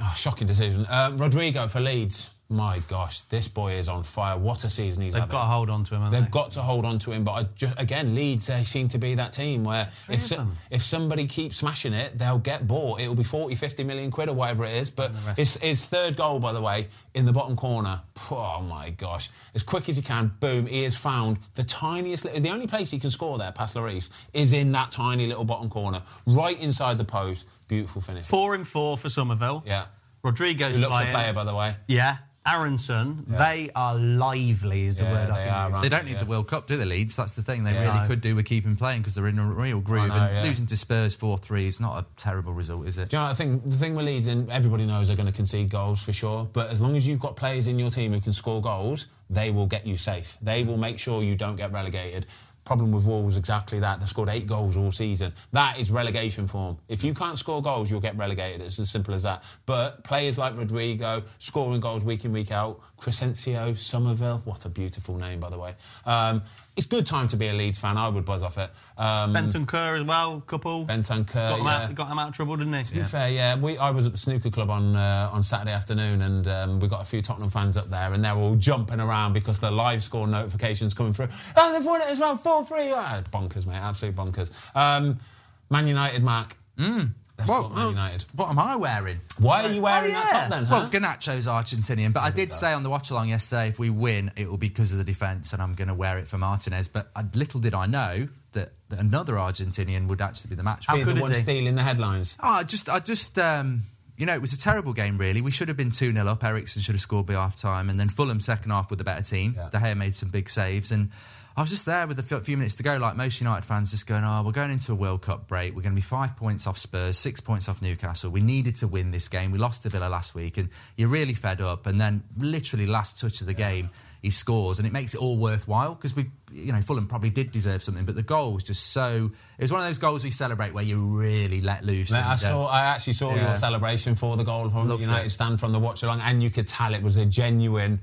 [SPEAKER 1] oh, shocking decision. Um, Rodrigo for Leeds. My gosh, this boy is on fire. What a season he's
[SPEAKER 3] They've
[SPEAKER 1] having.
[SPEAKER 3] got to hold on to him. haven't
[SPEAKER 1] They've
[SPEAKER 3] they?
[SPEAKER 1] got to hold on to him, but I ju- again, Leeds they seem to be that team where if
[SPEAKER 3] of
[SPEAKER 1] so-
[SPEAKER 3] them.
[SPEAKER 1] if somebody keeps smashing it, they'll get bought. It'll be 40, 50 million quid or whatever it is. But his, his third goal, by the way, in the bottom corner. Oh my gosh! As quick as he can, boom! He has found the tiniest. li- The only place he can score there, past Lloris, is in that tiny little bottom corner, right inside the post. Beautiful finish.
[SPEAKER 3] four and four for Somerville.
[SPEAKER 1] Yeah.
[SPEAKER 3] Rodrigo's
[SPEAKER 1] Who looks a
[SPEAKER 3] flying.
[SPEAKER 1] player, by the way.
[SPEAKER 3] Yeah. Aronson, they are lively, is the
[SPEAKER 1] Yeah,
[SPEAKER 3] word
[SPEAKER 1] they
[SPEAKER 3] I can
[SPEAKER 1] are,
[SPEAKER 3] use.
[SPEAKER 1] aren't
[SPEAKER 2] They don't need
[SPEAKER 1] Yeah.
[SPEAKER 2] the World Cup, do they, Leeds? That's the thing. They
[SPEAKER 1] Yeah.
[SPEAKER 2] really
[SPEAKER 1] No.
[SPEAKER 2] could do with keeping playing because they're in a real groove.
[SPEAKER 1] know,
[SPEAKER 2] and
[SPEAKER 1] yeah.
[SPEAKER 2] losing to Spurs 4 3 is not a terrible result, is it?
[SPEAKER 1] Do you know what I think? The thing with Leeds, and everybody knows they're going to concede goals for sure. But as long as you've got players in your team who can score goals, they will get you safe. They will make sure you don't get relegated. Problem with Wolves, exactly that. They've scored eight goals all season. That is relegation form. If you can't score goals, you'll get relegated. It's as simple as that. But players like Rodrigo scoring goals week in, week out. Crescencio, Somerville, what a beautiful name, by the way. Um, it's good time to be a Leeds fan. I would buzz off it. Um,
[SPEAKER 3] Benton Kerr as well, couple.
[SPEAKER 1] Benton Kerr,
[SPEAKER 3] got him,
[SPEAKER 1] Uh, yeah.
[SPEAKER 3] out, got him out of trouble, didn't he?
[SPEAKER 1] To be fair, yeah. We, I was at the snooker club on uh, on Saturday afternoon, and um, we got a few Tottenham fans up there, and they're all jumping around because the live score notifications coming through. Oh, they've won it as well, four three. Ah, bonkers, mate, absolute bonkers. Um, Man United, Mark. That's
[SPEAKER 2] Mm. Well,
[SPEAKER 1] not Man
[SPEAKER 2] well,
[SPEAKER 1] United. Uh-huh.
[SPEAKER 2] What am I wearing?
[SPEAKER 1] Why are you wearing that top then? Huh?
[SPEAKER 2] Well, Ganacho's Argentinian, but I did say on the watch along yesterday if we win, it will be because of the defence and I'm going to wear it for Martinez. But I, little did I know that, that another Argentinian would actually be the match
[SPEAKER 1] Being
[SPEAKER 2] winner.
[SPEAKER 1] the one stealing the headlines.
[SPEAKER 2] Oh, I just, I just, um, you know, it was a terrible game, really. We should have been 2 0 up. Ericsson should have scored by half time. And then Fulham, second half, with the better team.
[SPEAKER 1] Yeah.
[SPEAKER 2] De Gea made some big saves. And I was just there with a fe- few minutes to go, like most United fans, just going, oh, we're going into a World Cup break. We're going to be five points off Spurs, six points off Newcastle. We needed to win this game. We lost to Villa last week. And you're really fed up. And then, literally, last touch of the game, he scores. And it makes it all worthwhile because we, you know, Fulham probably did deserve something. But the goal was just so. It was one of those goals we celebrate where you really let loose.
[SPEAKER 1] Mate, I
[SPEAKER 2] and, uh,
[SPEAKER 1] saw. I actually saw
[SPEAKER 2] Yeah.
[SPEAKER 1] your celebration for the goal from
[SPEAKER 2] Loved
[SPEAKER 1] the United
[SPEAKER 2] it.
[SPEAKER 1] stand from the watch along, and you could tell it was a genuine.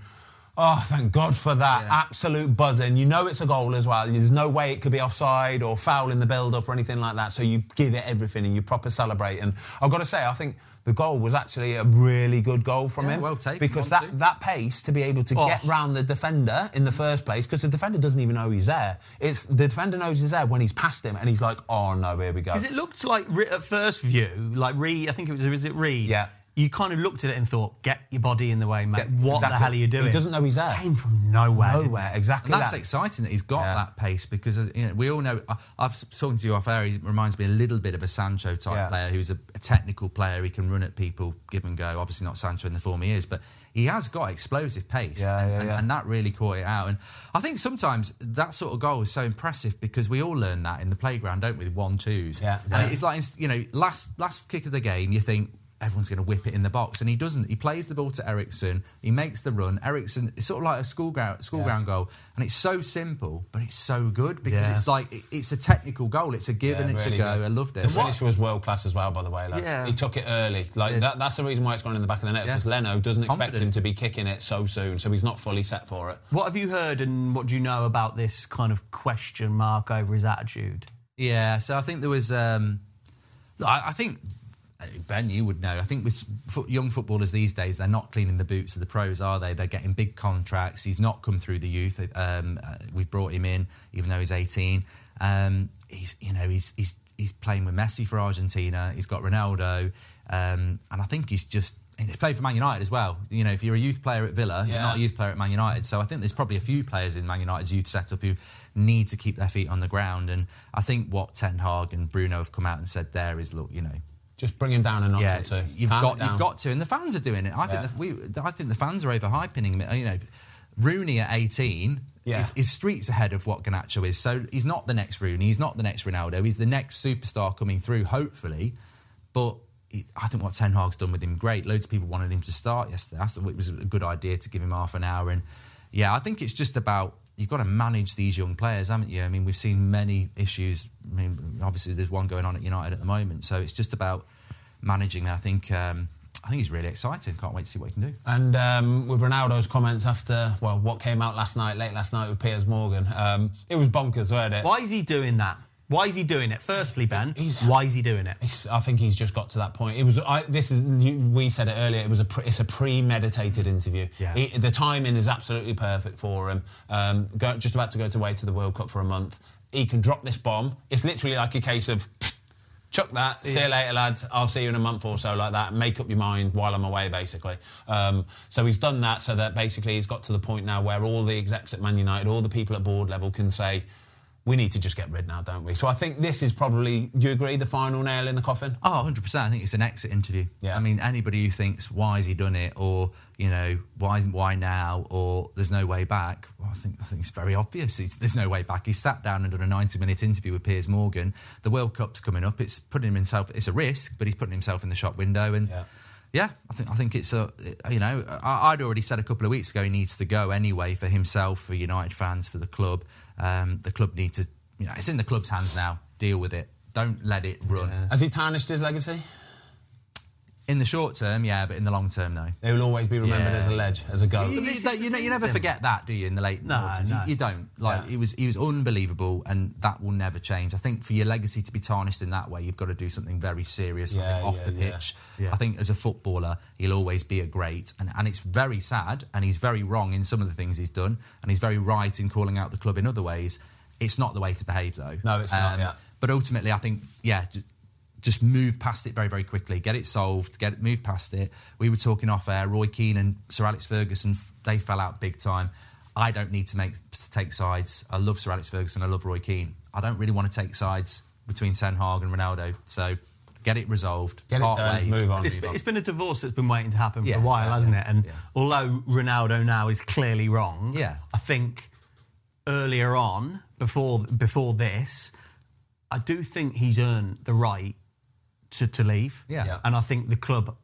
[SPEAKER 1] Oh, thank God for that!
[SPEAKER 2] Yeah.
[SPEAKER 1] Absolute buzzing. You know it's a goal as well. There's no way it could be offside or foul in the build-up or anything like that. So you give it everything and you proper celebrate. And I've got to say, I think the goal was actually a really good goal from
[SPEAKER 2] Yeah,
[SPEAKER 1] him.
[SPEAKER 2] well taken,
[SPEAKER 1] Because
[SPEAKER 2] one,
[SPEAKER 1] that
[SPEAKER 2] two.
[SPEAKER 1] that pace to be able to
[SPEAKER 3] Oh.
[SPEAKER 1] get round the defender in the first place, because the defender doesn't even know he's there. It's the defender knows he's there when he's past him, and he's like, "Oh no, here we go."
[SPEAKER 3] Because it looked like re- at first view, like Reed. I think it was. Was it Reed?
[SPEAKER 1] Yeah.
[SPEAKER 3] You kind of looked at it and thought, "Get your body in the way, mate.
[SPEAKER 1] Yeah,
[SPEAKER 3] what the
[SPEAKER 1] exactly.
[SPEAKER 3] hell are you
[SPEAKER 1] He
[SPEAKER 3] doing?"
[SPEAKER 1] doesn't know he's there.
[SPEAKER 3] Came from nowhere. didn't
[SPEAKER 1] Nowhere, Oh, exactly.
[SPEAKER 2] And that's
[SPEAKER 1] that.
[SPEAKER 2] exciting that he's got
[SPEAKER 1] Yeah.
[SPEAKER 2] that pace because uh, you know, we all know. I, I've s- talking to you off air. He reminds me a little bit of a Sancho type
[SPEAKER 1] Yeah.
[SPEAKER 2] player who's a, a technical player. He can run at people, give and go. Obviously not Sancho in the form he is, but he has got explosive pace,
[SPEAKER 1] Yeah,
[SPEAKER 2] and,
[SPEAKER 1] yeah,
[SPEAKER 2] and-
[SPEAKER 1] yeah.
[SPEAKER 2] and that really caught it out. And I think sometimes that sort of goal is so impressive because we all learn that in the playground, don't we? One twos,
[SPEAKER 1] Yeah,
[SPEAKER 2] And
[SPEAKER 1] yeah.
[SPEAKER 2] it's like inst- you know, last last kick of the game, you think. Everyone's going to whip it in the box, and he doesn't. He plays the ball to Ericsson. He makes the run. Ericsson, it's sort of like a school ground, school
[SPEAKER 1] Yeah.
[SPEAKER 2] ground goal and it's so simple but it's so good because
[SPEAKER 3] Yeah.
[SPEAKER 2] it's like it- it's a technical goal it's a give and
[SPEAKER 1] Yeah,
[SPEAKER 2] it's
[SPEAKER 1] really
[SPEAKER 2] a go
[SPEAKER 1] good.
[SPEAKER 2] i loved it
[SPEAKER 1] The finish was world class as well, by the way. Lads.
[SPEAKER 2] Yeah.
[SPEAKER 1] He took it early. Like that, that's the reason why it's gone in the back of the net
[SPEAKER 2] Yeah.
[SPEAKER 1] because Leno doesn't expect him
[SPEAKER 2] Confident.
[SPEAKER 1] to be kicking it so soon, so he's not fully set for it.
[SPEAKER 3] What have you heard and what do you know about this kind of question mark over his attitude?
[SPEAKER 2] yeah so i think there was um i, I think Ben, you would know. I think with s- fo- young footballers these days, they're not cleaning the boots of the pros, are they? They're getting big contracts. He's not come through the youth. Um, uh, we've brought him in, even though he's 18. Um, he's, you know, he's he's he's playing with Messi for Argentina. He's got Ronaldo, um, and I think he's just and he's played for Man United as well. You know, if you're a youth player at Villa, you're
[SPEAKER 1] Yeah.
[SPEAKER 2] not a youth player at Man United. So I think there's probably a few players in Man United's youth setup who need to keep their feet on the ground. And I think what Ten Hag and Bruno have come out and said there is, look, you know,
[SPEAKER 1] Just bring him down a notch
[SPEAKER 2] yeah,
[SPEAKER 1] or two.
[SPEAKER 2] you've
[SPEAKER 1] Calm
[SPEAKER 2] got
[SPEAKER 1] it down.
[SPEAKER 2] you've got to, and the fans are doing it. I
[SPEAKER 1] Yeah.
[SPEAKER 2] think the, we, I think the fans are overhyping him. You know, Rooney at eighteen.
[SPEAKER 1] Yeah.
[SPEAKER 2] Is, is streets ahead of what Ganacho is. So he's not the next Rooney, he's not the next Ronaldo, he's the next superstar coming through, hopefully. But he, I think what Ten Hag's done with him, great. Loads of people wanted him to start yesterday. I thought it was a good idea to give him half an hour. And yeah, I think it's just about you've got to manage these young players, haven't you? I mean, we've seen many issues. I mean, obviously there's one going on at United at the moment. So it's just about managing. I think um, I think he's really exciting. Can't wait to see what he can do.
[SPEAKER 1] And um, with Ronaldo's comments after, well, what came out last night, late last night with Piers Morgan, um, it was bonkers, weren't it?
[SPEAKER 3] Why is he doing that? Why is he doing it? Firstly, Ben,
[SPEAKER 1] He's-
[SPEAKER 3] why is he doing it?
[SPEAKER 1] It's, I think he's just got to that point. It was. I, this is. You, we said it earlier. It was a. Pre, it's a premeditated interview.
[SPEAKER 3] Yeah.
[SPEAKER 1] He- the timing is absolutely perfect for him. Um, go, just about to go to away to the World Cup for a month. He can drop this bomb. It's literally like a case of. Chuck that. See, you later, lads. I'll see you in a month or so, like that. Make up your mind while I'm away, basically. Um, so he's done that, so that basically he's got to the point now where all the execs at Man United, all the people at board level, can say, "We need to just get rid now, don't we?" So I think this is probably. Do you agree? The final nail in the coffin.
[SPEAKER 2] Oh, 100%. I think it's an exit interview.
[SPEAKER 1] Yeah.
[SPEAKER 2] I mean, anybody who thinks, why has he done it? Or, you know, why why now? Or there's no way back. Well, I think I think it's very obvious. It's, there's no way back. He sat down and done a 90 minute interview with Piers Morgan. The World Cup's coming up. It's putting himself, it's a risk, but he's putting himself in the shop window. And
[SPEAKER 1] Yeah.
[SPEAKER 2] yeah. I think I think it's a you know I, I'd already said a couple of weeks ago he needs to go anyway for himself for United fans for the club um, the club need to you know it's in the club's hands now deal with it don't let it run
[SPEAKER 1] Has he tarnished his legacy?
[SPEAKER 2] in the short term, yeah, but in the long term, no.
[SPEAKER 1] They will always be remembered
[SPEAKER 2] Yeah.
[SPEAKER 1] as a ledge, as a goat.
[SPEAKER 2] You, you, you- you, you never forget that, do you? In the late
[SPEAKER 3] No,
[SPEAKER 2] 90s,
[SPEAKER 3] no.
[SPEAKER 2] you, you don't. Like
[SPEAKER 1] Yeah.
[SPEAKER 2] it was, he was unbelievable, and that will never change. I think for your legacy to be tarnished in that way, you've got to do something very serious I
[SPEAKER 1] Yeah,
[SPEAKER 2] think, off
[SPEAKER 1] yeah,
[SPEAKER 2] the
[SPEAKER 1] yeah.
[SPEAKER 2] pitch.
[SPEAKER 3] Yeah.
[SPEAKER 2] I think as a footballer, he'll always be a great, and, and it's very sad, and he's very wrong in some of the things he's done, and he's very right in calling out the club in other ways. It's not the way to behave, though.
[SPEAKER 1] No, it's not, yeah.
[SPEAKER 2] But ultimately, I think yeah. ju- Just, just move past it very, very quickly. Get it solved. Get it move past it. We were talking off air. Roy Keane and Sir Alex Ferguson they fell out big time. I don't need to make to take sides. I love Sir Alex Ferguson. I love Roy Keane. I don't really want to take sides between Ten Hag and Ronaldo. So get it resolved.
[SPEAKER 1] Get it
[SPEAKER 2] part
[SPEAKER 1] done,
[SPEAKER 2] ways.
[SPEAKER 1] move on.
[SPEAKER 3] It's been, it's been a divorce that's been waiting to happen for
[SPEAKER 2] Yeah,
[SPEAKER 3] a while,
[SPEAKER 2] yeah,
[SPEAKER 3] hasn't
[SPEAKER 2] yeah,
[SPEAKER 3] it? And
[SPEAKER 2] yeah.
[SPEAKER 3] although Ronaldo now is clearly wrong,
[SPEAKER 2] Yeah.
[SPEAKER 3] I think earlier on, before before this, I do think he's earned the right to, to leave.
[SPEAKER 2] Yeah. Yeah.
[SPEAKER 3] And I think the club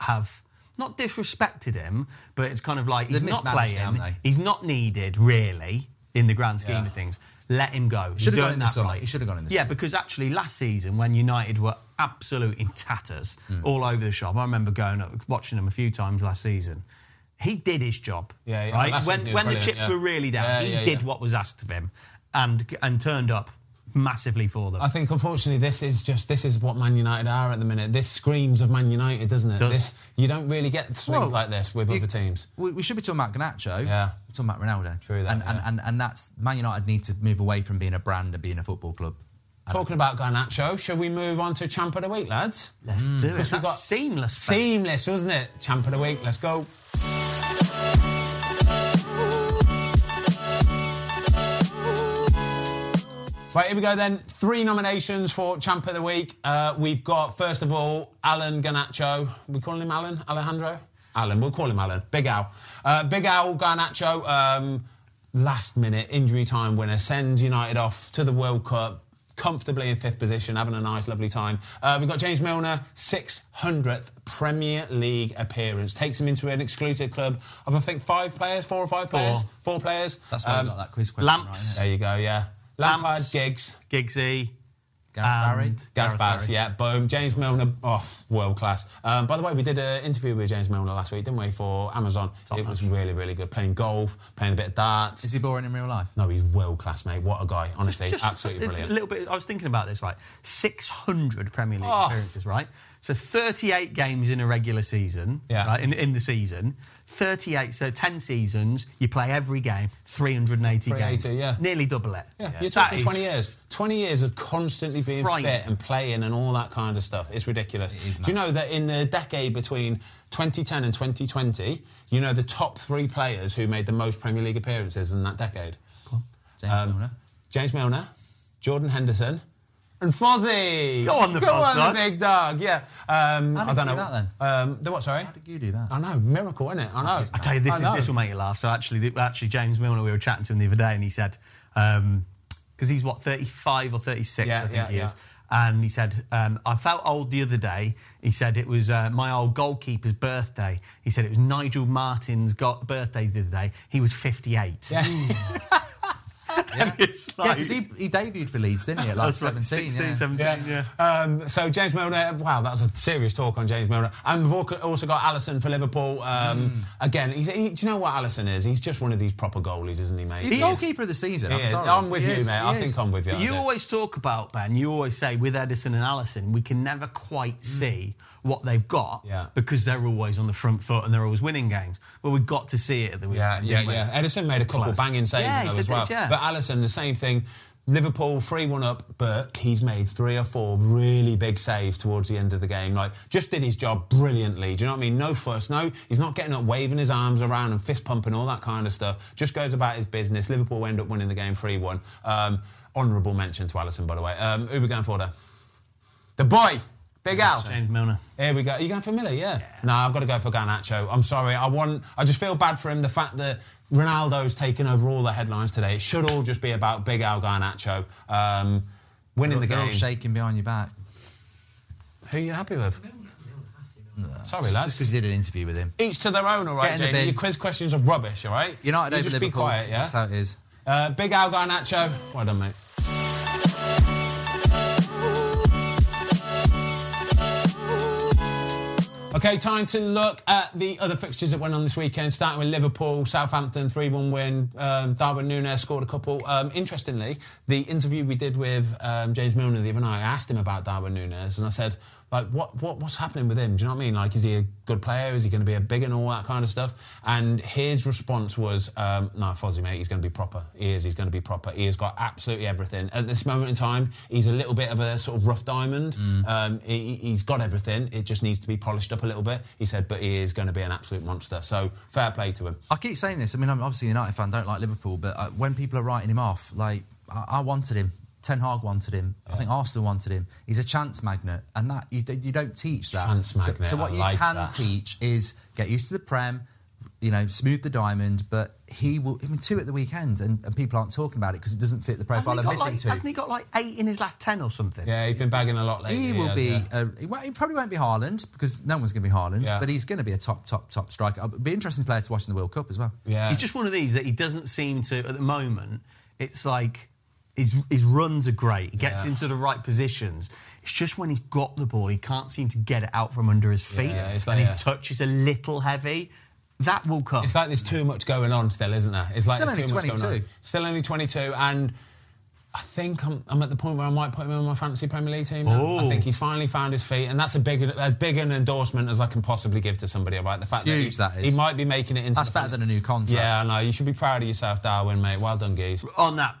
[SPEAKER 3] have not disrespected him, but it's kind of like
[SPEAKER 2] They've
[SPEAKER 3] he's not
[SPEAKER 2] mismanaged
[SPEAKER 3] playing.
[SPEAKER 2] him, haven't they?
[SPEAKER 3] he's not needed really in the grand scheme
[SPEAKER 1] Yeah.
[SPEAKER 3] of things. Let him go.
[SPEAKER 2] Should have
[SPEAKER 3] He's
[SPEAKER 2] gone in
[SPEAKER 3] earned
[SPEAKER 2] the
[SPEAKER 3] that
[SPEAKER 2] summer.
[SPEAKER 3] right.
[SPEAKER 2] He should have gone in the
[SPEAKER 3] Yeah,
[SPEAKER 2] summer.
[SPEAKER 3] because actually last season when United were absolute in tatters
[SPEAKER 1] Mm.
[SPEAKER 3] all over the shop, I remember going up, watching him a few times last season. He did his job.
[SPEAKER 1] Yeah, yeah,
[SPEAKER 3] right?
[SPEAKER 1] last
[SPEAKER 3] When,
[SPEAKER 1] season he was
[SPEAKER 3] when the
[SPEAKER 1] brilliant,
[SPEAKER 3] chips
[SPEAKER 1] yeah.
[SPEAKER 3] were really down,
[SPEAKER 1] Yeah,
[SPEAKER 3] he
[SPEAKER 1] yeah,
[SPEAKER 3] did
[SPEAKER 1] yeah.
[SPEAKER 3] what was asked of him, and and turned up massively for them.
[SPEAKER 1] I think unfortunately this is just this is what Man United are at the minute. This screams of Man United, doesn't it?
[SPEAKER 3] Does.
[SPEAKER 1] This, you don't really get things
[SPEAKER 2] Well,
[SPEAKER 1] like this with
[SPEAKER 2] you-
[SPEAKER 1] other teams.
[SPEAKER 2] We, we should be talking about Ganacho.
[SPEAKER 1] Yeah.
[SPEAKER 2] We're talking about Ronaldo.
[SPEAKER 1] True that,
[SPEAKER 2] And, and,
[SPEAKER 1] yeah.
[SPEAKER 2] and, and that's Man United need to move away from being a brand and being a football club.
[SPEAKER 1] Talking about Garnacho, shall we move on to Champ of the Week, lads?
[SPEAKER 3] Let's do it. That's
[SPEAKER 1] Mm. we've got-
[SPEAKER 3] seamless.
[SPEAKER 1] Seamless, wasn't it? Champ of the Week, let's go. Right, here we go then. Three nominations for Champ of the Week. Uh, we've got, first of all, Alan Garnacho. We calling him Alan? Alejandro? Alan, we'll call him Alan. Big Al. Uh, Big Al Garnacho, um, last minute injury time winner, sends United off to the World Cup. Comfortably in fifth position, having a nice, lovely time. Uh, we've got James Milner, 600th Premier League appearance. Takes him into an exclusive club of, I think, five players, four or five players, four players.
[SPEAKER 2] That's why
[SPEAKER 1] Um,
[SPEAKER 2] we got that quiz question.
[SPEAKER 3] Lamps.
[SPEAKER 1] There you go, yeah. Lampard,
[SPEAKER 3] Lamps.
[SPEAKER 1] Giggs,
[SPEAKER 3] Giggsy.
[SPEAKER 2] Right? Gareth Barry.
[SPEAKER 3] And-
[SPEAKER 1] Um, Gareth
[SPEAKER 3] Gareth
[SPEAKER 1] Barry,
[SPEAKER 3] Barry.
[SPEAKER 1] yeah, boom. James Milner, oh, world class. Um, by the way, we did an interview with James Milner last week, didn't we, for Amazon? it was really, really good. Playing golf, playing a bit of darts.
[SPEAKER 2] Is he boring in real life?
[SPEAKER 1] no, he's world class, mate. What a guy, honestly.
[SPEAKER 3] Just uh,
[SPEAKER 1] Absolutely
[SPEAKER 3] a,
[SPEAKER 1] brilliant.
[SPEAKER 3] A little bit. I was thinking about this, right? 600 Premier League
[SPEAKER 1] Oh.
[SPEAKER 3] appearances, right? So 38 games in a regular season,
[SPEAKER 1] Yeah.
[SPEAKER 3] right? In, in the season, 38. So 10 seasons, you play every game, 380 games,
[SPEAKER 1] 380, yeah.
[SPEAKER 3] nearly double it.
[SPEAKER 1] yeah,
[SPEAKER 3] That
[SPEAKER 1] you're talking
[SPEAKER 3] is
[SPEAKER 1] 20 years. 20 years of constantly being
[SPEAKER 3] Right.
[SPEAKER 1] fit and playing and all that kind of stuff. It's ridiculous. Do you know that in the decade between 2010 and 2020, you know the top three players who made the most Premier League appearances in that decade?
[SPEAKER 2] James
[SPEAKER 1] Um,
[SPEAKER 2] Milner.
[SPEAKER 1] James Milner, Jordan Henderson, and Fozzie.
[SPEAKER 3] Go on, the
[SPEAKER 1] Go
[SPEAKER 3] Foz
[SPEAKER 1] on,
[SPEAKER 3] dog.
[SPEAKER 1] the big dog. Yeah. Um,
[SPEAKER 2] How
[SPEAKER 1] I
[SPEAKER 2] did
[SPEAKER 1] don't
[SPEAKER 2] you
[SPEAKER 1] know.
[SPEAKER 2] do that then?
[SPEAKER 1] Um, the what? Sorry. How
[SPEAKER 2] did you do that?
[SPEAKER 1] I know. Miracle, isn't it? I know.
[SPEAKER 3] I tell you, this,
[SPEAKER 1] I
[SPEAKER 3] is,
[SPEAKER 1] know.
[SPEAKER 3] this will make you laugh. So actually, the- actually, James Milner, we were chatting to him the other day, and he said, because he's what 35 or 36,
[SPEAKER 1] Yeah,
[SPEAKER 3] I think
[SPEAKER 1] yeah,
[SPEAKER 3] he is.
[SPEAKER 1] yeah.
[SPEAKER 3] And he said, um, I felt old the other day. He said it was uh, my old goalkeeper's birthday. He said it was Nigel Martin's go- birthday the other day. He was 58.
[SPEAKER 1] Yeah.
[SPEAKER 3] And *laughs* it's
[SPEAKER 2] Yeah,
[SPEAKER 3] like-
[SPEAKER 2] because he, he debuted for Leeds, didn't he? At like
[SPEAKER 3] that's right,
[SPEAKER 2] 17.
[SPEAKER 3] 16,
[SPEAKER 2] yeah.
[SPEAKER 3] 17, yeah.
[SPEAKER 1] Um, so James Milner, wow, that was a serious talk on James Milner. And we've al- also got Allison for Liverpool. Um,
[SPEAKER 2] Hmm.
[SPEAKER 1] Again, he's, he, do you know what Allison is? He's just one of these proper goalies, isn't he, mate?
[SPEAKER 2] He's goalkeeper of the season.
[SPEAKER 1] He
[SPEAKER 2] I'm
[SPEAKER 1] is.
[SPEAKER 2] sorry.
[SPEAKER 1] I'm with
[SPEAKER 2] He
[SPEAKER 1] you,
[SPEAKER 2] is,
[SPEAKER 1] mate.
[SPEAKER 2] he
[SPEAKER 1] I
[SPEAKER 2] is.
[SPEAKER 1] think I'm with you. I
[SPEAKER 3] You
[SPEAKER 1] do.
[SPEAKER 3] always talk about Ben. You always say with Edison and Allison, we can never quite see what they've got
[SPEAKER 1] Mm. Yeah.
[SPEAKER 3] because they're always on the front foot and they're always winning games. But we got to see it at the
[SPEAKER 1] Yeah,
[SPEAKER 3] weekend.
[SPEAKER 1] yeah,
[SPEAKER 3] didn't we?
[SPEAKER 1] yeah. Edison made a couple
[SPEAKER 3] Class.
[SPEAKER 1] banging saves in
[SPEAKER 3] Yeah, he
[SPEAKER 1] there
[SPEAKER 3] did,
[SPEAKER 1] as well.
[SPEAKER 3] did, yeah.
[SPEAKER 1] But Allison, the same thing. Liverpool 3 1 up, but he's made three or four really big saves towards the end of the game. Like, just did his job brilliantly. Do you know what I mean? No fuss, no, he's not getting up waving his arms around and fist pumping, all that kind of stuff. Just goes about his business. Liverpool end up winning the game 3 1. Um, Honourable mention to Allison, by the way. Um, who we going for there? The boy, Big Al.
[SPEAKER 3] James Milner.
[SPEAKER 1] Here we go. Are you going for Miller? Yeah. No, I've got to go for Garnacho. I'm sorry. I want. I just feel bad for him. The fact that Ronaldo's taken over all the headlines today. It should all just be about Big Al Garnacho um, winning
[SPEAKER 2] They're,
[SPEAKER 1] the
[SPEAKER 2] they're all
[SPEAKER 1] game.
[SPEAKER 2] shaking behind your back.
[SPEAKER 1] Who are you happy with? Sorry,
[SPEAKER 2] Just
[SPEAKER 1] lads.
[SPEAKER 2] because you did an interview with him.
[SPEAKER 1] Each to their own, all right,
[SPEAKER 2] Get in the
[SPEAKER 1] Jamie?
[SPEAKER 2] bin.
[SPEAKER 1] Your quiz questions are rubbish, all right?
[SPEAKER 2] United
[SPEAKER 1] you
[SPEAKER 2] over
[SPEAKER 1] just
[SPEAKER 2] Liverpool.
[SPEAKER 1] be quiet,
[SPEAKER 2] That's
[SPEAKER 1] yeah?
[SPEAKER 2] how it is.
[SPEAKER 1] Uh, Big Al Garnacho. Well done, mate. Okay, time to look at the other fixtures that went on this weekend, starting with Liverpool, Southampton, 3 1 win. Um, Darwin Nunes scored a couple. Um, interestingly, the interview we did with um, James Milner the other night, I asked him about Darwin Nunes, and I said, like what, what what's happening with him? Do you know what I mean? Like, is he a good player? Is he going to be a big and all that kind of stuff? And his response was, um, "No, Fozzie, mate, he's going to be proper. He is. He's going to be proper. He has got absolutely everything. At this moment in time, he's a little bit of a sort of rough diamond.
[SPEAKER 2] Mm.
[SPEAKER 1] Um, he, he- he's got everything. It just needs to be polished up a little bit." He said, "But he is going to be an absolute monster. So fair play to him."
[SPEAKER 2] I keep saying this. I mean, I'm obviously a United fan, don't like Liverpool, but uh, when people are writing him off, like I, I wanted him. Ten Hag wanted him. I think Arsenal wanted him. He's a chance magnet, and that you, don't- you don't teach that.
[SPEAKER 1] Chance
[SPEAKER 2] So- So,
[SPEAKER 1] magnet,
[SPEAKER 2] what
[SPEAKER 1] I
[SPEAKER 2] you
[SPEAKER 1] like
[SPEAKER 2] can
[SPEAKER 1] that.
[SPEAKER 2] teach is get used to the prem. You know, smooth the diamond, but he will. I mean, two at the weekend, and, and people aren't talking about it because it doesn't fit the profile
[SPEAKER 3] Hasn't
[SPEAKER 2] they're
[SPEAKER 3] he, got
[SPEAKER 2] missing
[SPEAKER 3] like,
[SPEAKER 2] to.
[SPEAKER 3] hasn't he got like eight in his last ten or something?
[SPEAKER 1] Yeah, he's been bagging a lot lately.
[SPEAKER 2] He will
[SPEAKER 1] has,
[SPEAKER 2] be.
[SPEAKER 1] yeah.
[SPEAKER 2] Uh, he, won't- he probably won't be Haaland because no one's going to be Haaland,
[SPEAKER 1] Yeah.
[SPEAKER 2] but he's going to be a top, top, top striker. It'll be an interesting player to watch in the World Cup as well.
[SPEAKER 1] Yeah.
[SPEAKER 3] He's just one of these that he doesn't seem to at the moment. It's like his his runs are great. He gets
[SPEAKER 1] Yeah.
[SPEAKER 3] into the right positions. It's just when he's got the ball, he can't seem to get it out from under his feet,
[SPEAKER 1] Yeah, it's like,
[SPEAKER 3] and his
[SPEAKER 1] yeah.
[SPEAKER 3] touch is a little heavy. That will come.
[SPEAKER 1] It's like there's too much going on still, isn't there? It's like
[SPEAKER 2] Still
[SPEAKER 1] there's
[SPEAKER 2] only
[SPEAKER 1] too much going
[SPEAKER 2] 22.
[SPEAKER 1] on. Still only 22, and I think I'm, I'm at the point where I might put him in my fantasy Premier League team. now. I
[SPEAKER 3] Oh.
[SPEAKER 1] think he's finally found his feet, and that's a big, as big an endorsement as I can possibly give to somebody about the fact
[SPEAKER 2] It's huge,
[SPEAKER 1] that,
[SPEAKER 2] that
[SPEAKER 1] he,
[SPEAKER 2] is.
[SPEAKER 1] he might be making it into.
[SPEAKER 2] That's
[SPEAKER 1] the
[SPEAKER 2] better
[SPEAKER 1] fan-
[SPEAKER 2] than a new contract.
[SPEAKER 1] Yeah, I know. You should be proud of yourself, Darwin, mate. Well done, geese.
[SPEAKER 3] on that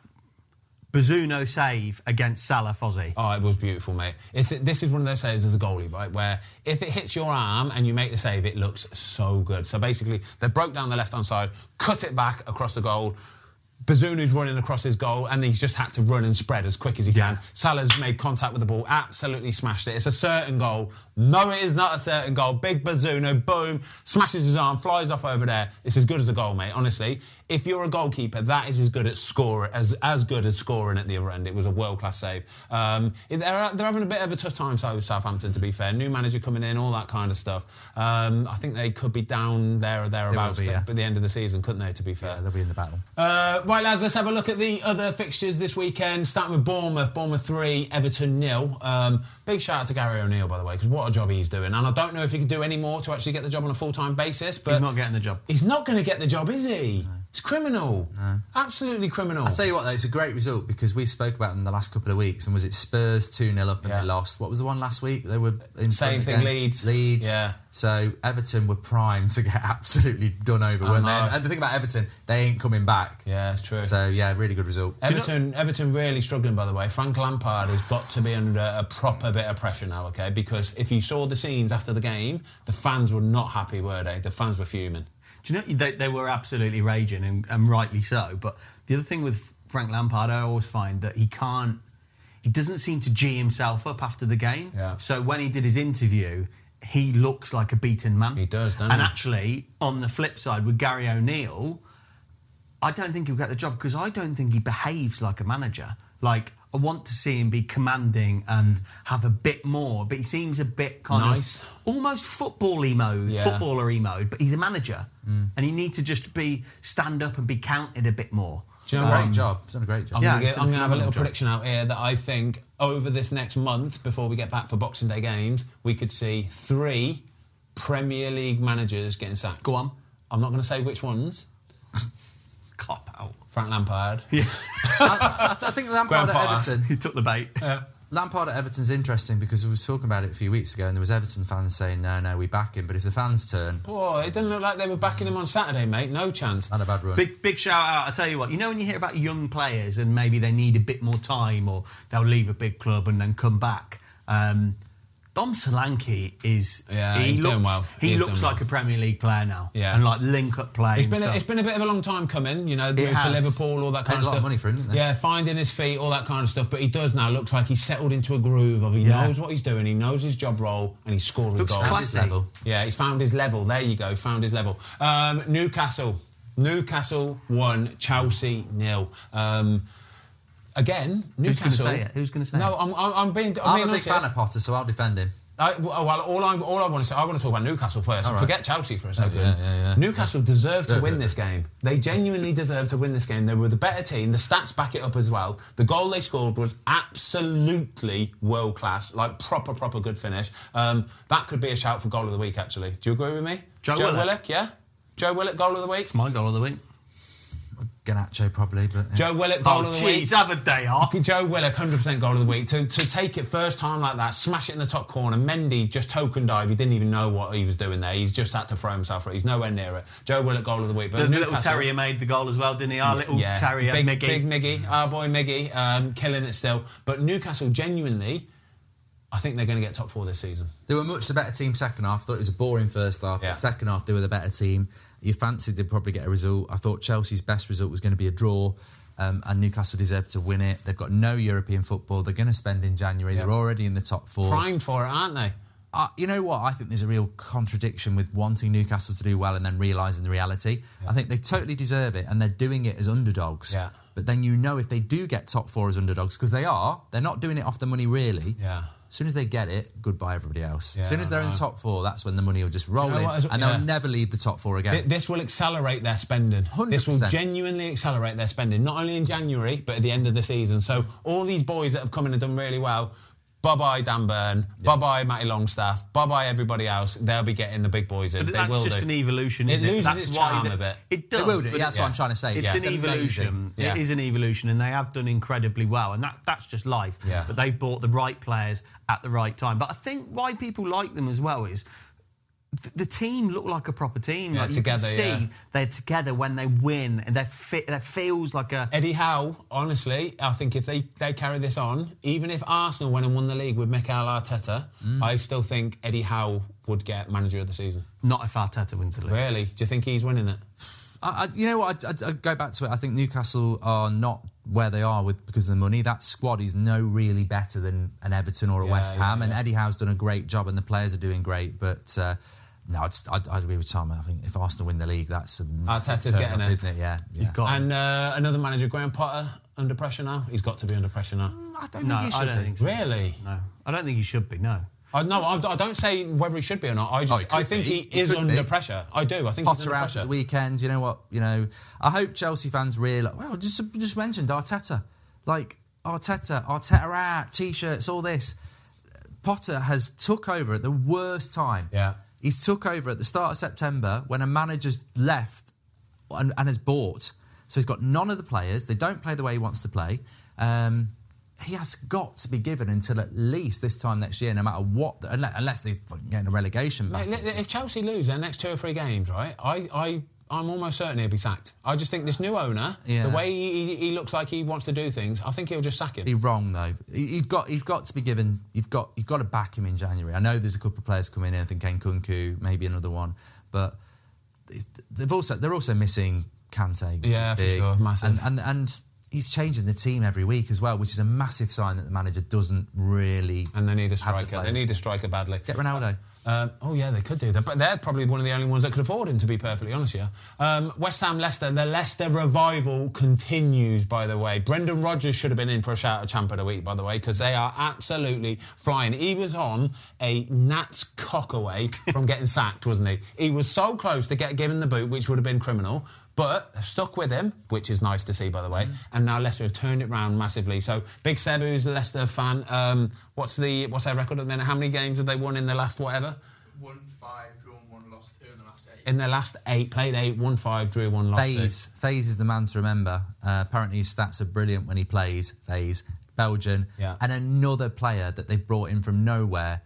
[SPEAKER 3] Bazuno save against Salah Fozzie.
[SPEAKER 1] Oh, it was beautiful, mate. It's, this is one of those saves as a goalie, right? Where if it hits your arm and you make the save, it looks so good. So basically, they broke down the left hand side, cut it back across the goal. Bazunu's running across his goal, and he's just had to run and spread as quick as he can.
[SPEAKER 3] Yeah.
[SPEAKER 1] Salah's made contact with the ball, absolutely smashed it. It's a certain goal. No, it is not a certain goal. Big Bazuno, boom, smashes his arm, flies off over there. It's as good as a goal, mate. Honestly, if you're a goalkeeper, that is as good at score as as good as scoring at the other end. It was a world class save. Um, they're they're having a bit of a tough time, so Southampton. To be fair, new manager coming in, all that kind of stuff. Um, I think they could be down there or thereabouts
[SPEAKER 2] be, yeah.
[SPEAKER 1] at the end of the season, couldn't they? To be fair,
[SPEAKER 2] They'll be in the battle.
[SPEAKER 1] uh, right, lads, let's have a look at the other fixtures this weekend. Starting with Bournemouth, Bournemouth 3, Everton nil. Um, big shout out to Gary O'Neill, by the way, because what a job he's doing. And I don't know if he could do any more to actually get the job on a full time basis, but
[SPEAKER 3] He's not getting the job.
[SPEAKER 1] he's not going to get the job, is he? It's criminal. Absolutely criminal.
[SPEAKER 2] I'll tell you what, though, it's a great result because we spoke about them the last couple of weeks, and was it Spurs 2 0 up and
[SPEAKER 1] Yeah.
[SPEAKER 2] they lost? What was the one last week? They were in
[SPEAKER 1] Same
[SPEAKER 2] front
[SPEAKER 1] thing,
[SPEAKER 2] again.
[SPEAKER 1] Leeds.
[SPEAKER 2] Leeds.
[SPEAKER 1] Yeah.
[SPEAKER 2] So Everton were primed to get *laughs* absolutely done over, weren't they?
[SPEAKER 1] know.
[SPEAKER 2] And the thing about Everton, they ain't coming back.
[SPEAKER 1] Uh-huh. yeah, it's true.
[SPEAKER 2] So, yeah, really good result.
[SPEAKER 1] Everton, Everton really struggling, by the way. Frank Lampard has got to be under a proper bit of pressure now, okay? Because if you saw the scenes after the game, the fans were not happy, were they? The fans were fuming.
[SPEAKER 3] Do you know they, they were absolutely raging and, and rightly so? But the other thing with Frank Lampard, I always find that he can't, he doesn't seem to g himself up after the game.
[SPEAKER 1] Yeah.
[SPEAKER 3] So when he did his interview, he looks like a beaten man.
[SPEAKER 1] He does, doesn't
[SPEAKER 3] And
[SPEAKER 1] he?
[SPEAKER 3] actually, on the flip side, with Gary O'Neill, I don't think he'll get the job because I don't think he behaves like a manager. Like I want to see him be commanding and have a bit more, but he seems a bit kind
[SPEAKER 1] Nice.
[SPEAKER 3] of almost football-y mode,
[SPEAKER 1] Yeah.
[SPEAKER 3] footballer-y mode. But he's a manager,
[SPEAKER 1] Hmm.
[SPEAKER 3] and he need to just be stand up and be counted a bit more.
[SPEAKER 1] Do you know what?
[SPEAKER 2] Great job. He's done a great job.
[SPEAKER 1] I'm
[SPEAKER 3] Yeah,
[SPEAKER 1] gonna,
[SPEAKER 3] he's
[SPEAKER 1] get-
[SPEAKER 3] done
[SPEAKER 1] I'm
[SPEAKER 3] a
[SPEAKER 1] gonna have a little
[SPEAKER 3] phenomenal
[SPEAKER 1] prediction
[SPEAKER 3] job.
[SPEAKER 1] out here that I think over this next month, before we get back for Boxing Day games, we could see three Premier League managers getting sacked.
[SPEAKER 3] Go on.
[SPEAKER 1] I'm not going to say which ones.
[SPEAKER 3] Cop out.
[SPEAKER 1] Frank Lampard.
[SPEAKER 2] I, I think Lampard
[SPEAKER 1] Graham
[SPEAKER 2] at
[SPEAKER 1] Potter.
[SPEAKER 2] Everton.
[SPEAKER 3] *laughs* He took the bait.
[SPEAKER 2] Lampard at Everton's interesting because we were talking about it a few weeks ago, and there was Everton fans saying, "No, no, we back him." But if the fans turn,
[SPEAKER 1] Boy, it didn't look like they were backing him on Saturday, mate. No chance.
[SPEAKER 2] had a bad run.
[SPEAKER 3] Big big shout out! I tell you what, you know when you hear about young players and maybe they need a bit more time or they'll leave a big club and then come back. Um, Dom Solanke is
[SPEAKER 1] Yeah,
[SPEAKER 3] he
[SPEAKER 1] he's
[SPEAKER 3] looks
[SPEAKER 1] doing well.
[SPEAKER 3] he,
[SPEAKER 1] He is
[SPEAKER 3] looks
[SPEAKER 1] doing
[SPEAKER 3] like
[SPEAKER 1] well.
[SPEAKER 3] a Premier League player now.
[SPEAKER 1] Yeah.
[SPEAKER 3] and like link up play.
[SPEAKER 1] It's
[SPEAKER 3] and
[SPEAKER 1] been, a,
[SPEAKER 3] stuff.
[SPEAKER 1] it's been a bit of a long time coming, you know, the
[SPEAKER 3] It
[SPEAKER 1] move to
[SPEAKER 3] has.
[SPEAKER 1] Liverpool, all that
[SPEAKER 2] Paid
[SPEAKER 1] kind of
[SPEAKER 2] a lot of
[SPEAKER 1] stuff.
[SPEAKER 2] money for him, didn't they?
[SPEAKER 1] Yeah, finding his feet, all that kind of stuff. But he does now. Looks like he's settled into a groove of he
[SPEAKER 3] Yeah.
[SPEAKER 1] knows what he's doing, he knows his job role, and he's scoring
[SPEAKER 3] Looks
[SPEAKER 1] goals.
[SPEAKER 3] classy.
[SPEAKER 2] level.
[SPEAKER 1] Yeah, he's found his level. There you go, found his level. Um, Newcastle. Newcastle won, Chelsea nil. Um, again,
[SPEAKER 3] Who's
[SPEAKER 1] Newcastle.
[SPEAKER 3] gonna say it? Who's gonna say
[SPEAKER 1] No,
[SPEAKER 3] it?
[SPEAKER 1] I'm, I'm, I'm being. I'm,
[SPEAKER 2] I'm
[SPEAKER 1] being
[SPEAKER 2] a big
[SPEAKER 1] honest
[SPEAKER 2] fan
[SPEAKER 1] here.
[SPEAKER 2] of Potter, so I'll defend him.
[SPEAKER 1] I, well, all I all I want to say, I want to talk about Newcastle first.
[SPEAKER 2] right.
[SPEAKER 1] Forget Chelsea for a second.
[SPEAKER 2] yeah, yeah, yeah.
[SPEAKER 1] Newcastle deserve to
[SPEAKER 2] Yeah,
[SPEAKER 1] win
[SPEAKER 2] yeah.
[SPEAKER 1] this game. They genuinely deserve to win this game. They were the better team. The stats back it up as well. The goal they scored was absolutely world class, like proper, proper good finish. Um, that could be a shout for goal of the week. Actually, do you agree with me?
[SPEAKER 3] Joe Willock.
[SPEAKER 1] Willock, yeah. Joe Willock, goal of the week.
[SPEAKER 3] It's my goal of the week.
[SPEAKER 2] Ganacho probably, but yeah.
[SPEAKER 1] Joe Willock, goal
[SPEAKER 3] Oh,
[SPEAKER 1] of the
[SPEAKER 3] jeez,
[SPEAKER 1] week.
[SPEAKER 3] have a
[SPEAKER 1] *laughs*
[SPEAKER 3] day off.
[SPEAKER 1] Joe Willock, 100% goal of the week. To, to take it first time like that, smash it in the top corner. Mendy just token dive. He didn't even know what he was doing there. He's just had to throw himself for it. He's nowhere near it. Joe Willock, goal of the week. But
[SPEAKER 3] The, the little
[SPEAKER 1] Newcastle-
[SPEAKER 3] terrier made the goal as well, didn't he? Our little
[SPEAKER 1] Yeah,
[SPEAKER 3] terrier,
[SPEAKER 1] big,
[SPEAKER 3] Miggy.
[SPEAKER 1] Big Miggy, our boy Miggy, um, killing it still. But Newcastle, genuinely, I think they're going to get top four this season.
[SPEAKER 2] They were much the better team second half. I thought it was a boring first half.
[SPEAKER 1] Yeah.
[SPEAKER 2] But second half, they were the better team. You fancied they'd probably get a result. I thought Chelsea's best result was going to be a draw, um, and Newcastle deserved to win it. They've got no European football. They're going to spend in January. They're already in the top four.
[SPEAKER 1] Primed for it, aren't they?
[SPEAKER 2] I- you know what? I think there's a real contradiction with wanting Newcastle to do well and then realising the reality. I think they totally deserve it and they're doing it as underdogs.
[SPEAKER 1] Yeah.
[SPEAKER 2] But then you know if they do get top four as underdogs, because they are, they're not doing it off the money really.
[SPEAKER 1] Yeah.
[SPEAKER 2] As soon as they get it, goodbye everybody else.
[SPEAKER 1] Yeah,
[SPEAKER 2] as soon as they're in
[SPEAKER 1] I
[SPEAKER 2] the top four, that's when the money will just roll
[SPEAKER 1] know
[SPEAKER 2] in
[SPEAKER 1] what as-
[SPEAKER 2] and they'll
[SPEAKER 1] yeah.
[SPEAKER 2] never leave the top four again.
[SPEAKER 1] Th- This will accelerate their spending. This will
[SPEAKER 2] 100%.
[SPEAKER 1] genuinely accelerate their spending, not only in January, but at the end of the season. So, all these boys that have come in and done really well bye bye Dan Byrne, bye bye Matty Longstaff, bye bye everybody else. They'll be getting the big boys in.
[SPEAKER 3] But
[SPEAKER 1] they
[SPEAKER 3] that's
[SPEAKER 1] will
[SPEAKER 3] just
[SPEAKER 1] do.
[SPEAKER 3] an e- evolution.
[SPEAKER 1] It
[SPEAKER 3] Isn't it
[SPEAKER 1] loses
[SPEAKER 3] That's
[SPEAKER 1] its
[SPEAKER 3] why
[SPEAKER 1] charm
[SPEAKER 3] they-
[SPEAKER 1] a bit.
[SPEAKER 3] It does.
[SPEAKER 2] It will do,
[SPEAKER 3] but
[SPEAKER 2] yeah, that's what I'm trying to say.
[SPEAKER 3] It's
[SPEAKER 2] Yeah. It's
[SPEAKER 3] an
[SPEAKER 2] amazing.
[SPEAKER 3] evolution.
[SPEAKER 1] Yeah.
[SPEAKER 3] It is an evolution, and they have done incredibly well, and that that's just life.
[SPEAKER 1] Yeah.
[SPEAKER 3] But they bought the right players at the right time. But I think why people like them as well is. th- The team look like a proper team.
[SPEAKER 1] Yeah,
[SPEAKER 3] like
[SPEAKER 1] together,
[SPEAKER 3] You can see
[SPEAKER 1] yeah.
[SPEAKER 3] they're together when they win, and they fit. That feels like a
[SPEAKER 1] Eddie Howe, honestly, I think if they, they carry this on, even if Arsenal went and won the league with Mikel Arteta,
[SPEAKER 3] Mm.
[SPEAKER 1] I still think Eddie Howe would get manager of the season.
[SPEAKER 3] not if Arteta wins the league.
[SPEAKER 1] Really? Do you think he's winning it?
[SPEAKER 2] I, I, you know what? I, I, I go back to it. I think Newcastle are not where they are with because of the money. That squad is no really better than an Everton or a
[SPEAKER 1] Yeah,
[SPEAKER 2] West
[SPEAKER 1] yeah,
[SPEAKER 2] Ham. And
[SPEAKER 1] yeah.
[SPEAKER 2] Eddie Howe's done a great job, and the players are doing great. But uh, no, I'd, I'd, I'd agree with Tom. I think if Arsenal win the league, that's a massive
[SPEAKER 1] Arteta's
[SPEAKER 2] turn
[SPEAKER 1] getting
[SPEAKER 2] up,
[SPEAKER 1] it.
[SPEAKER 2] isn't it? Yeah, yeah.
[SPEAKER 3] He's got.
[SPEAKER 1] And uh, another manager, Graham Potter, under pressure now. He's got to be under pressure now.
[SPEAKER 2] I don't
[SPEAKER 3] no,
[SPEAKER 2] think he
[SPEAKER 3] I
[SPEAKER 2] should
[SPEAKER 3] don't
[SPEAKER 2] be.
[SPEAKER 3] think so.
[SPEAKER 1] Really?
[SPEAKER 3] No, I don't think he should be. No.
[SPEAKER 1] I, no, I, I don't say whether he should be or not. I, just,
[SPEAKER 2] Oh, he could
[SPEAKER 1] I think
[SPEAKER 2] be.
[SPEAKER 1] he,
[SPEAKER 2] He
[SPEAKER 1] is
[SPEAKER 2] could
[SPEAKER 1] under
[SPEAKER 2] be.
[SPEAKER 1] pressure. I do. I think he's
[SPEAKER 2] Potter
[SPEAKER 1] under
[SPEAKER 2] out
[SPEAKER 1] pressure.
[SPEAKER 2] at the weekend. You know what? You know, I hope Chelsea fans realise. Well, just just mentioned Arteta, like Arteta, Arteta out t-shirts, all this. Potter has took over at the worst time.
[SPEAKER 1] Yeah.
[SPEAKER 2] he's took over at the start of September when a manager's left and, and has bought. So he's got none of the players. They don't play the way he wants to play. Um, he has got to be given until at least this time next year, no matter what, unless, unless they're fucking getting a relegation
[SPEAKER 1] Mate,
[SPEAKER 2] battle.
[SPEAKER 1] li- li- If Chelsea lose their next two or three games, right, I, I, I'm almost certain he'll be sacked. I just think this new owner,
[SPEAKER 2] Yeah.
[SPEAKER 1] the way he, he- he looks like he wants to do things, I think he'll just sack him.
[SPEAKER 2] be wrong though. He- You've got he's got to be given. You've got you've got to back him in January. I know there's a couple of players coming in. I think Nkunku, maybe another one, but it's- they've also they're also missing Kante, which
[SPEAKER 1] Yeah,
[SPEAKER 2] is
[SPEAKER 1] for
[SPEAKER 2] big,
[SPEAKER 1] sure, massive.
[SPEAKER 2] and and and he's changing the team every week as well, which is a massive sign that the manager doesn't really
[SPEAKER 1] and they need a
[SPEAKER 2] have the
[SPEAKER 1] striker. they
[SPEAKER 2] players.
[SPEAKER 1] need a striker badly.
[SPEAKER 2] get Ronaldo.
[SPEAKER 1] Um, oh yeah, they could do that, but they're probably one of the only ones that could afford him. To be perfectly honest, yeah. Um, West Ham, Leicester, the Leicester revival continues. By the way, Brendan Rodgers should have been in for a shout of champ of the week. By the way, because they are absolutely flying. He was on a gnat's cock away from getting *laughs* sacked, wasn't he? He was so close to get given the boot, which would have been criminal. But they've stuck with him, which is nice to see, by the
[SPEAKER 2] Mm.
[SPEAKER 1] way. And now Leicester have turned it round massively. So Big Seb, who's a Leicester fan, um, what's the what's their record at the minute? How many games have they won in the last whatever?
[SPEAKER 6] One five, drawn one, lost two in the last eight.
[SPEAKER 1] In their last eight, played eight, won five, drew one, lost
[SPEAKER 2] Faze. Faze is the man to remember. Uh, apparently, his stats are brilliant when he plays. Faze, Belgian,
[SPEAKER 1] Yeah.
[SPEAKER 2] and another player that they've brought in from nowhere.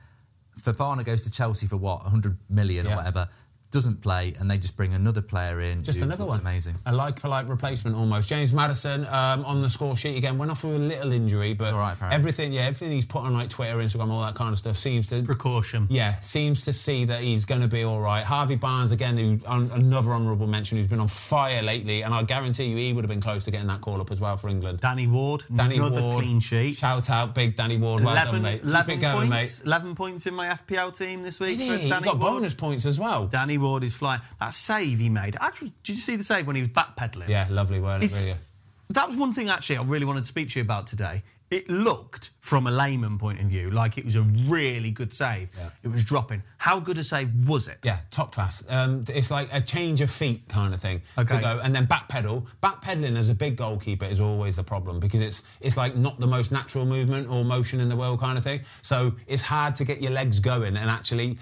[SPEAKER 2] Fafana goes to Chelsea for what 100 million
[SPEAKER 1] Yeah.
[SPEAKER 2] or whatever. Doesn't play, and they just bring another player in.
[SPEAKER 1] two. Just
[SPEAKER 2] who
[SPEAKER 1] another
[SPEAKER 2] looks
[SPEAKER 1] one.
[SPEAKER 2] Amazing.
[SPEAKER 1] A like for like replacement almost. James Madison um, on the score sheet again went off with a little injury, but
[SPEAKER 2] all right, apparently.
[SPEAKER 1] everything, yeah, everything he's put on like Twitter, Instagram, all that kind of stuff seems to
[SPEAKER 3] Precaution.
[SPEAKER 1] Yeah, seems to see that he's going to be all right. Harvey Barnes again, who, on, another honourable mention, who's been on fire lately, and I guarantee you he would have been close to getting that call up as well for England.
[SPEAKER 3] Danny Ward.
[SPEAKER 1] Danny
[SPEAKER 3] another
[SPEAKER 1] Ward,
[SPEAKER 3] clean sheet.
[SPEAKER 1] Shout out, big Danny Ward. Well
[SPEAKER 3] 11,
[SPEAKER 1] done, mate. Keep
[SPEAKER 3] 11
[SPEAKER 1] it going,
[SPEAKER 3] points,
[SPEAKER 1] mate.
[SPEAKER 3] 11 points in my FPL team this week.
[SPEAKER 1] Did
[SPEAKER 3] for
[SPEAKER 1] he? He
[SPEAKER 3] Danny
[SPEAKER 1] got
[SPEAKER 3] Ward.
[SPEAKER 1] bonus points as well.
[SPEAKER 3] Danny Ward is flying. That save he made. Actually, did you see the save when he was backpedaling?
[SPEAKER 1] Yeah, lovely, weren't it?
[SPEAKER 3] It's-
[SPEAKER 1] Really?
[SPEAKER 3] That was one thing actually I really wanted to speak to you about today. It looked, from a layman point of view, like it was a really good save.
[SPEAKER 1] Yeah.
[SPEAKER 3] It was dropping. How good a save was it?
[SPEAKER 1] Yeah, top class. Um, it's like a change of feet kind of thing
[SPEAKER 3] Okay.
[SPEAKER 1] to go, and then backpedal. Backpedaling as a big goalkeeper is always the problem because it's it's like not the most natural movement or motion in the world kind of thing. So it's hard to get your legs going and actually.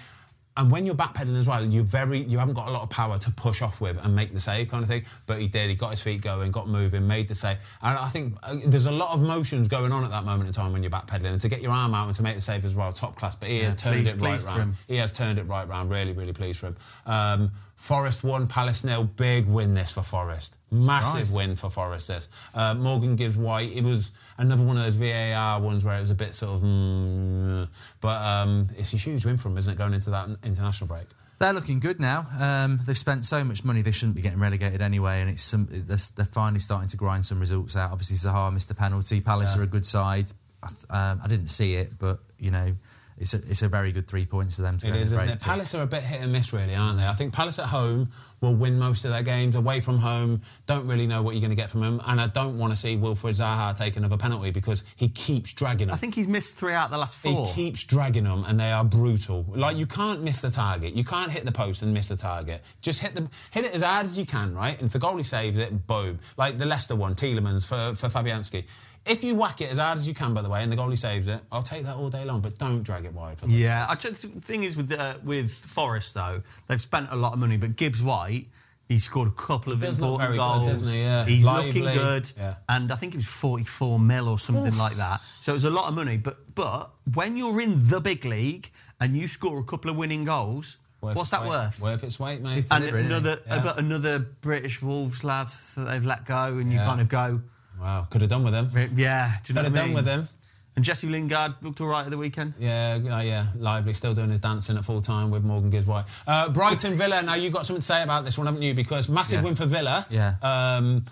[SPEAKER 1] And when you're backpedaling as well, you very you haven't got a lot of power to push off with and make the save kind of thing. But he did. He got his feet going, got moving, made the save. And I think uh, there's a lot of motions going on at that moment in time when you're backpedaling. And to get your arm out and to make the save as well, top class. But he has turned
[SPEAKER 3] pleased-
[SPEAKER 1] it right
[SPEAKER 3] pleased for
[SPEAKER 1] round.
[SPEAKER 3] him.
[SPEAKER 1] He has turned it right round. Really, really pleased for him. Um, Forest won, Palace nil. Big win this for Forest. Massive
[SPEAKER 2] Surprised.
[SPEAKER 1] win for Forest. This uh, Morgan gives White. It was another one of those VAR ones where it was a bit sort of, mm, but um, it's a huge win for them, isn't it? Going into that international break.
[SPEAKER 2] They're looking good now. Um, they've spent so much money; they shouldn't be getting relegated anyway. And it's some, they're, they're finally starting to grind some results out. Obviously, Zaha missed a penalty. Palace are a good side. I, th- um, I didn't see it, but you know, it's a, it's a very good three points for them to
[SPEAKER 1] It
[SPEAKER 2] go
[SPEAKER 1] is,
[SPEAKER 2] to
[SPEAKER 1] isn't
[SPEAKER 2] break
[SPEAKER 1] it?
[SPEAKER 2] to.
[SPEAKER 1] Palace are a bit hit and miss, really, aren't they? I think Palace at home will win most of their games. Away from home, don't really know what you're going to get from them. And I don't want to see Wilfred Zaha take another penalty because he keeps dragging them.
[SPEAKER 3] I think he's missed three out of the last four.
[SPEAKER 1] He keeps dragging them, and they are brutal. Like you can't miss the target. You can't hit the post and miss the target. Just hit them, hit it as hard as you can, right? And if the goalie saves it, boom. Like the Leicester one, Tielemans for for Fabianski. If you whack it as hard as you can, by the way, and the goalie saves it, I'll take that all day long. But don't drag it wide. For them.
[SPEAKER 3] Yeah, I just, the thing is with uh, with Forest though, they've spent a lot of money, but Gibbs White, he scored a couple of
[SPEAKER 1] does look
[SPEAKER 3] important
[SPEAKER 1] very
[SPEAKER 3] goals.
[SPEAKER 1] good, doesn't he? Yeah.
[SPEAKER 3] He's
[SPEAKER 1] Lively.
[SPEAKER 3] looking good,
[SPEAKER 1] Yeah.
[SPEAKER 3] and I think it was forty four mil or something like that. So it was a lot of money, but but when you're in the big league and you score a couple of winning goals, what's
[SPEAKER 1] its
[SPEAKER 3] that
[SPEAKER 1] weight.
[SPEAKER 3] worth?
[SPEAKER 1] Worth its weight, mate.
[SPEAKER 3] and
[SPEAKER 2] delivery, isn't
[SPEAKER 3] another uh,
[SPEAKER 1] Yeah.
[SPEAKER 3] but another British Wolves lad that they've let go, and you
[SPEAKER 1] Yeah.
[SPEAKER 3] kind of go,
[SPEAKER 1] wow, could have done with him.
[SPEAKER 3] yeah, do you
[SPEAKER 1] Could
[SPEAKER 3] know what I
[SPEAKER 1] have
[SPEAKER 3] mean?
[SPEAKER 1] done with him.
[SPEAKER 3] And Jesse Lingard looked all right at the weekend.
[SPEAKER 1] Yeah, uh, yeah, lively, still doing his dancing at full time with Morgan Gibbs White. Uh, Brighton Villa, now you've got something to say about this one, haven't you? Because massive
[SPEAKER 2] Yeah.
[SPEAKER 1] win for Villa.
[SPEAKER 2] Yeah.
[SPEAKER 1] Um,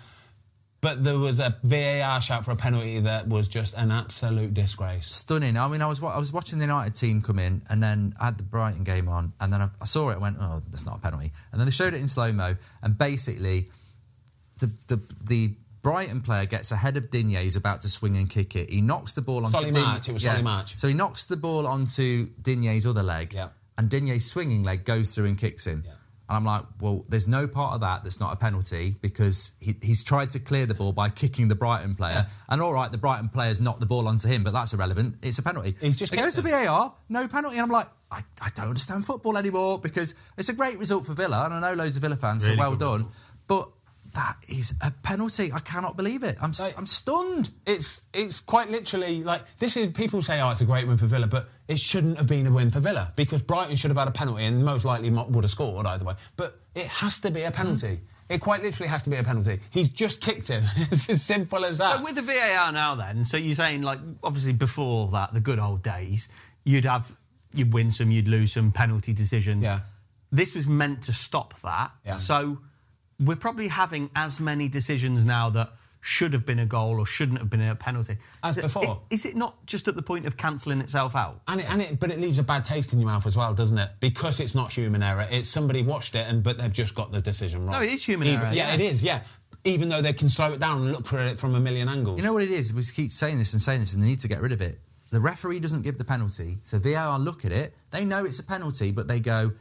[SPEAKER 1] but there was a VAR shout for a penalty that was just an absolute disgrace.
[SPEAKER 2] stunning. I mean, I was wa- I was watching the United team come in, and then I had the Brighton game on, and then I, I saw it. and Went, oh, that's not a penalty. And then they showed it in slow mo, and basically, the the the. Brighton player gets ahead of Digne, who's about to swing and kick it. He knocks the ball onto
[SPEAKER 1] Solly
[SPEAKER 2] Digne-
[SPEAKER 1] March, it was Solly March.
[SPEAKER 2] So he knocks the ball onto Digne's other leg,
[SPEAKER 1] Yeah.
[SPEAKER 2] and Digne's swinging leg goes through and kicks him.
[SPEAKER 1] Yeah.
[SPEAKER 2] And I'm like, well, there's no part of that that's not a penalty because he, he's tried to clear the ball by kicking the Brighton player. And all right, the Brighton player's knocked the ball onto him, but that's irrelevant. It's a penalty.
[SPEAKER 1] He's just
[SPEAKER 2] it goes to
[SPEAKER 1] kicked
[SPEAKER 2] VAR, no penalty. And I'm like, I, I don't understand football anymore because it's a great result for Villa. And I know loads of Villa fans, so well done. But that is a penalty. I cannot believe it. I'm, s
[SPEAKER 1] Like-
[SPEAKER 2] am stunned.
[SPEAKER 1] It's it's quite literally like this is people say oh it's a great win for Villa but it shouldn't have been a win for Villa because Brighton should have had a penalty and most likely mo- would have scored either way but it has to be a penalty it quite literally has to be a penalty he's just kicked him *laughs* it's as simple as that
[SPEAKER 3] So Uh, with the VAR now, then, so you're saying like obviously before that, the good old days, you'd have you'd win some, you'd lose some penalty decisions.
[SPEAKER 1] Yeah.
[SPEAKER 3] This was meant to stop that.
[SPEAKER 1] Yeah.
[SPEAKER 3] So we're probably having as many decisions now that should have been a goal or shouldn't have been a penalty
[SPEAKER 1] As
[SPEAKER 3] Is it-
[SPEAKER 1] before. Uh,
[SPEAKER 3] Is it not just at the point of cancelling itself out?
[SPEAKER 1] And it, and it, but it leaves a bad taste in your mouth as well, doesn't it? Because it's not human error. It's somebody watched it, and but they've just got the decision wrong.
[SPEAKER 3] No, it is human
[SPEAKER 1] Even-
[SPEAKER 3] error,
[SPEAKER 1] Yeah,
[SPEAKER 3] yeah.
[SPEAKER 1] it is. Yeah, even though they can slow it down and look for it from a million angles.
[SPEAKER 2] You know what it is? We keep saying this and saying this, and they need to get rid of it. The referee doesn't give the penalty, so VAR look at it. They know it's a penalty, but they go,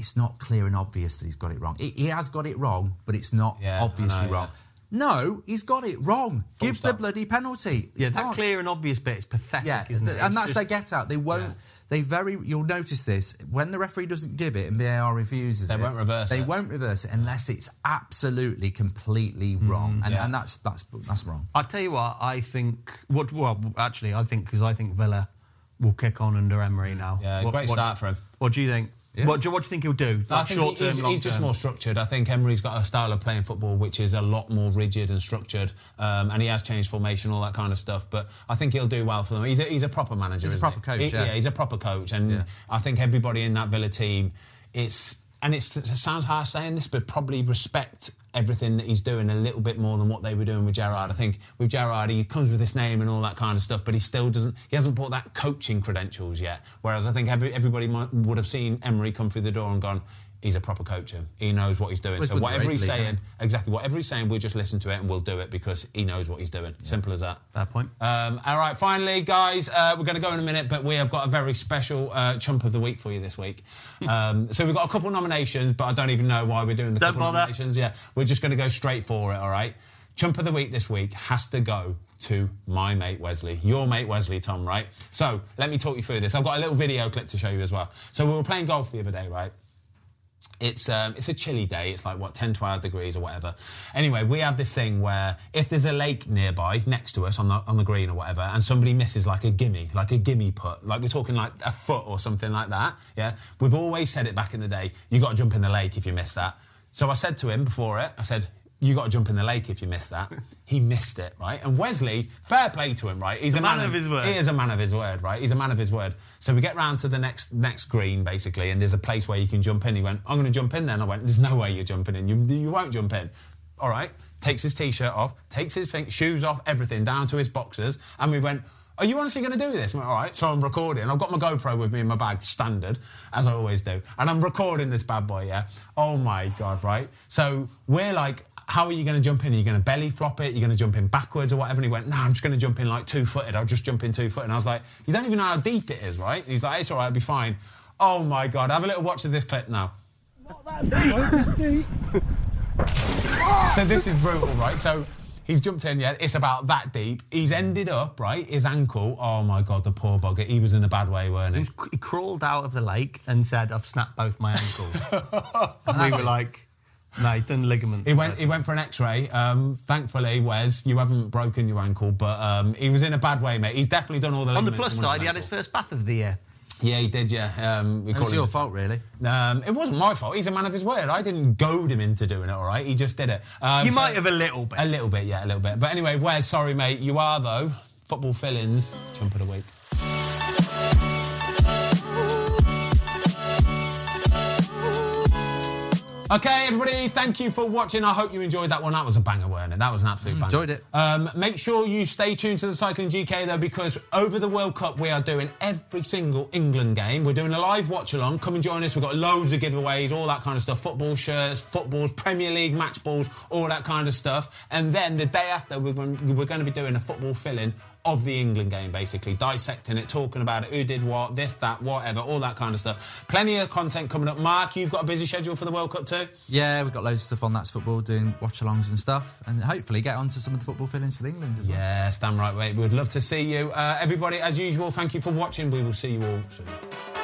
[SPEAKER 2] "It's not clear and obvious that he's got it wrong. He- he has got it wrong, but it's not
[SPEAKER 1] Yeah, I
[SPEAKER 2] obviously
[SPEAKER 1] know,
[SPEAKER 2] wrong."
[SPEAKER 1] yeah.
[SPEAKER 2] No, he's got it wrong. give the
[SPEAKER 1] stop.
[SPEAKER 2] bloody penalty.
[SPEAKER 3] Yeah,
[SPEAKER 2] You
[SPEAKER 3] that
[SPEAKER 2] can't-
[SPEAKER 3] clear and obvious bit is pathetic,
[SPEAKER 2] oh. Yeah,
[SPEAKER 3] isn't it?
[SPEAKER 2] th- and
[SPEAKER 3] It's
[SPEAKER 2] that's
[SPEAKER 3] just-
[SPEAKER 2] their get out. They won't. They very. You'll notice this when the referee doesn't give it and VAR refuses.
[SPEAKER 1] They
[SPEAKER 2] it,
[SPEAKER 1] won't reverse
[SPEAKER 2] They
[SPEAKER 1] it.
[SPEAKER 2] won't reverse it unless it's absolutely completely wrong, and,
[SPEAKER 1] Mm, yeah.
[SPEAKER 2] and that's that's that's wrong.
[SPEAKER 3] I tell you what, I think. What? Well, actually, I think because I think Villa will kick on under Emery now.
[SPEAKER 1] Yeah,
[SPEAKER 3] what,
[SPEAKER 1] great
[SPEAKER 3] what-
[SPEAKER 1] start for him.
[SPEAKER 3] What do you think? What, do, what do you think he'll do?
[SPEAKER 1] I
[SPEAKER 3] Like
[SPEAKER 1] think
[SPEAKER 3] short term,
[SPEAKER 1] he's,
[SPEAKER 3] long
[SPEAKER 1] he's just
[SPEAKER 3] term?
[SPEAKER 1] more structured. I think Emery's got a style of playing football which is a lot more rigid and structured, um, and he has changed formation, all that kind of stuff. But I think he'll do well for them. He's a, he's a proper manager.
[SPEAKER 2] He's a
[SPEAKER 1] isn't
[SPEAKER 2] proper
[SPEAKER 1] he?
[SPEAKER 2] coach,
[SPEAKER 1] He-
[SPEAKER 2] yeah.
[SPEAKER 1] he's a proper coach, and I think everybody in that Villa team, it's and it's, it sounds harsh saying this, but probably respect everything that he's doing a little bit more than what they were doing with Gerard. I think with Gerard, he comes with this name and all that kind of stuff, but he still doesn't. He hasn't brought that coaching credentials yet. Whereas I think every, everybody might, would have seen Emery come through the door and gone. He's a proper coacher. He knows what he's doing.
[SPEAKER 2] Was
[SPEAKER 1] So
[SPEAKER 2] with the
[SPEAKER 1] whatever he's
[SPEAKER 2] Premier League,
[SPEAKER 1] saying, exactly whatever he's saying, we'll just listen to it and we'll do it because he knows what he's doing. Simple as that.
[SPEAKER 3] Fair point.
[SPEAKER 1] Um, all right, finally, guys, uh, we're going to go in a minute, but we have got a very special uh, chump of the week for you this week.
[SPEAKER 3] Hmm.
[SPEAKER 1] Um, so we've got a couple nominations, but I don't even know why we're doing the
[SPEAKER 3] Don't
[SPEAKER 1] couple
[SPEAKER 3] bother.
[SPEAKER 1] nominations. Yeah, we're just going to go straight for it. All right, chump of the week this week has to go to my mate Wesley, your mate Wesley, Tom, right? So let me talk you through this. I've got a little video clip to show you as well. So we were playing golf the other day, right? it's um, it's a chilly day. It's like what 10, 12 degrees or whatever. Anyway, we have this thing where if there's a lake nearby next to us on the on the green or whatever, and somebody misses like a gimme, like a gimme putt, like we're talking like a foot or something like that. Yeah, we've always said it back in the day. You got to jump in the lake if you miss that. So I said to him before it, I said. You got to jump in the lake if you miss that. He missed it, right? And Wesley, fair play to him, right? He's a
[SPEAKER 3] man of his word.
[SPEAKER 1] He is a man of his word, right? He's a man of his word. So we get round to the next next green, basically, and there's a place where you can jump in. He went, I'm going to jump in then. I went, There's no way you're jumping in. You, you won't jump in. All right. Takes his t shirt off, takes his thing, shoes off, everything down to his boxers. And we went, Are you honestly going to do this? I went, All right. So I'm recording. I've got my GoPro with me in my bag, standard, as I always do. And I'm recording this bad boy, yeah? Oh my God, right? So we're like, how are you going to jump in? Are you going to belly flop it? You're going to jump in backwards or whatever? And he went, no, I'm just going to jump in like two footed. I'll just jump in two footed. And I was like, you don't even know how deep it is, right? And he's like, it's all right, it'll be fine. Oh my God, have a little watch of this clip now. so this is brutal, right? So he's jumped in, yeah, it's about that deep. He's ended up, right, his ankle. Oh my God, the poor bugger. He was in a bad way, weren't
[SPEAKER 3] He,
[SPEAKER 1] he?
[SPEAKER 3] was, he crawled out of the lake and said, "I've snapped both my
[SPEAKER 1] *laughs*
[SPEAKER 3] ankles." and we were like, "No, he's done ligaments."
[SPEAKER 1] He went. He went for an X-ray. Um, thankfully, Wes, you haven't broken your ankle, but um, he was in a bad way, mate. He's definitely done all the.
[SPEAKER 3] On the
[SPEAKER 1] ligaments
[SPEAKER 3] plus
[SPEAKER 1] and all
[SPEAKER 3] side, he had
[SPEAKER 1] that.
[SPEAKER 3] his first bath of the year.
[SPEAKER 1] Yeah, he did. Yeah, um, we
[SPEAKER 2] It was
[SPEAKER 1] him
[SPEAKER 2] your
[SPEAKER 1] the-
[SPEAKER 2] fault, really.
[SPEAKER 1] Um, it wasn't my fault. He's a man of his word. I didn't goad him into doing it. All right, he just did it. Um,
[SPEAKER 3] You
[SPEAKER 1] so-
[SPEAKER 3] might have a little bit.
[SPEAKER 1] a little bit, yeah, a little bit. But anyway, Wes, sorry, mate. You are though. Football fill-ins, jump of the week. Okay, everybody, thank you for watching. I hope you enjoyed that one. That was a banger, weren't it? That was an absolute banger.
[SPEAKER 2] enjoyed it.
[SPEAKER 1] Um, make sure you stay tuned to the Cycling GK though, because over the World Cup we are doing every single England game. We're doing a live watch along. Come and join us. We've got loads of giveaways, all that kind of stuff. Football shirts, footballs, Premier League match balls, all that kind of stuff. And then the day after, we're going, we're going to be doing a football fill-in of the England game, basically dissecting it, talking about it, who did what, this, that, whatever, all that kind of stuff. Plenty of content coming up. Mark, you've got a busy schedule for the World Cup too.
[SPEAKER 2] Yeah, we've got loads of stuff on That's Football, doing watch alongs and stuff, and hopefully get onto some of the football feelings for the England as well.
[SPEAKER 1] Yes, damn right, mate. We'd love to see you. Uh, everybody, as usual, thank you for watching. We will see you all soon.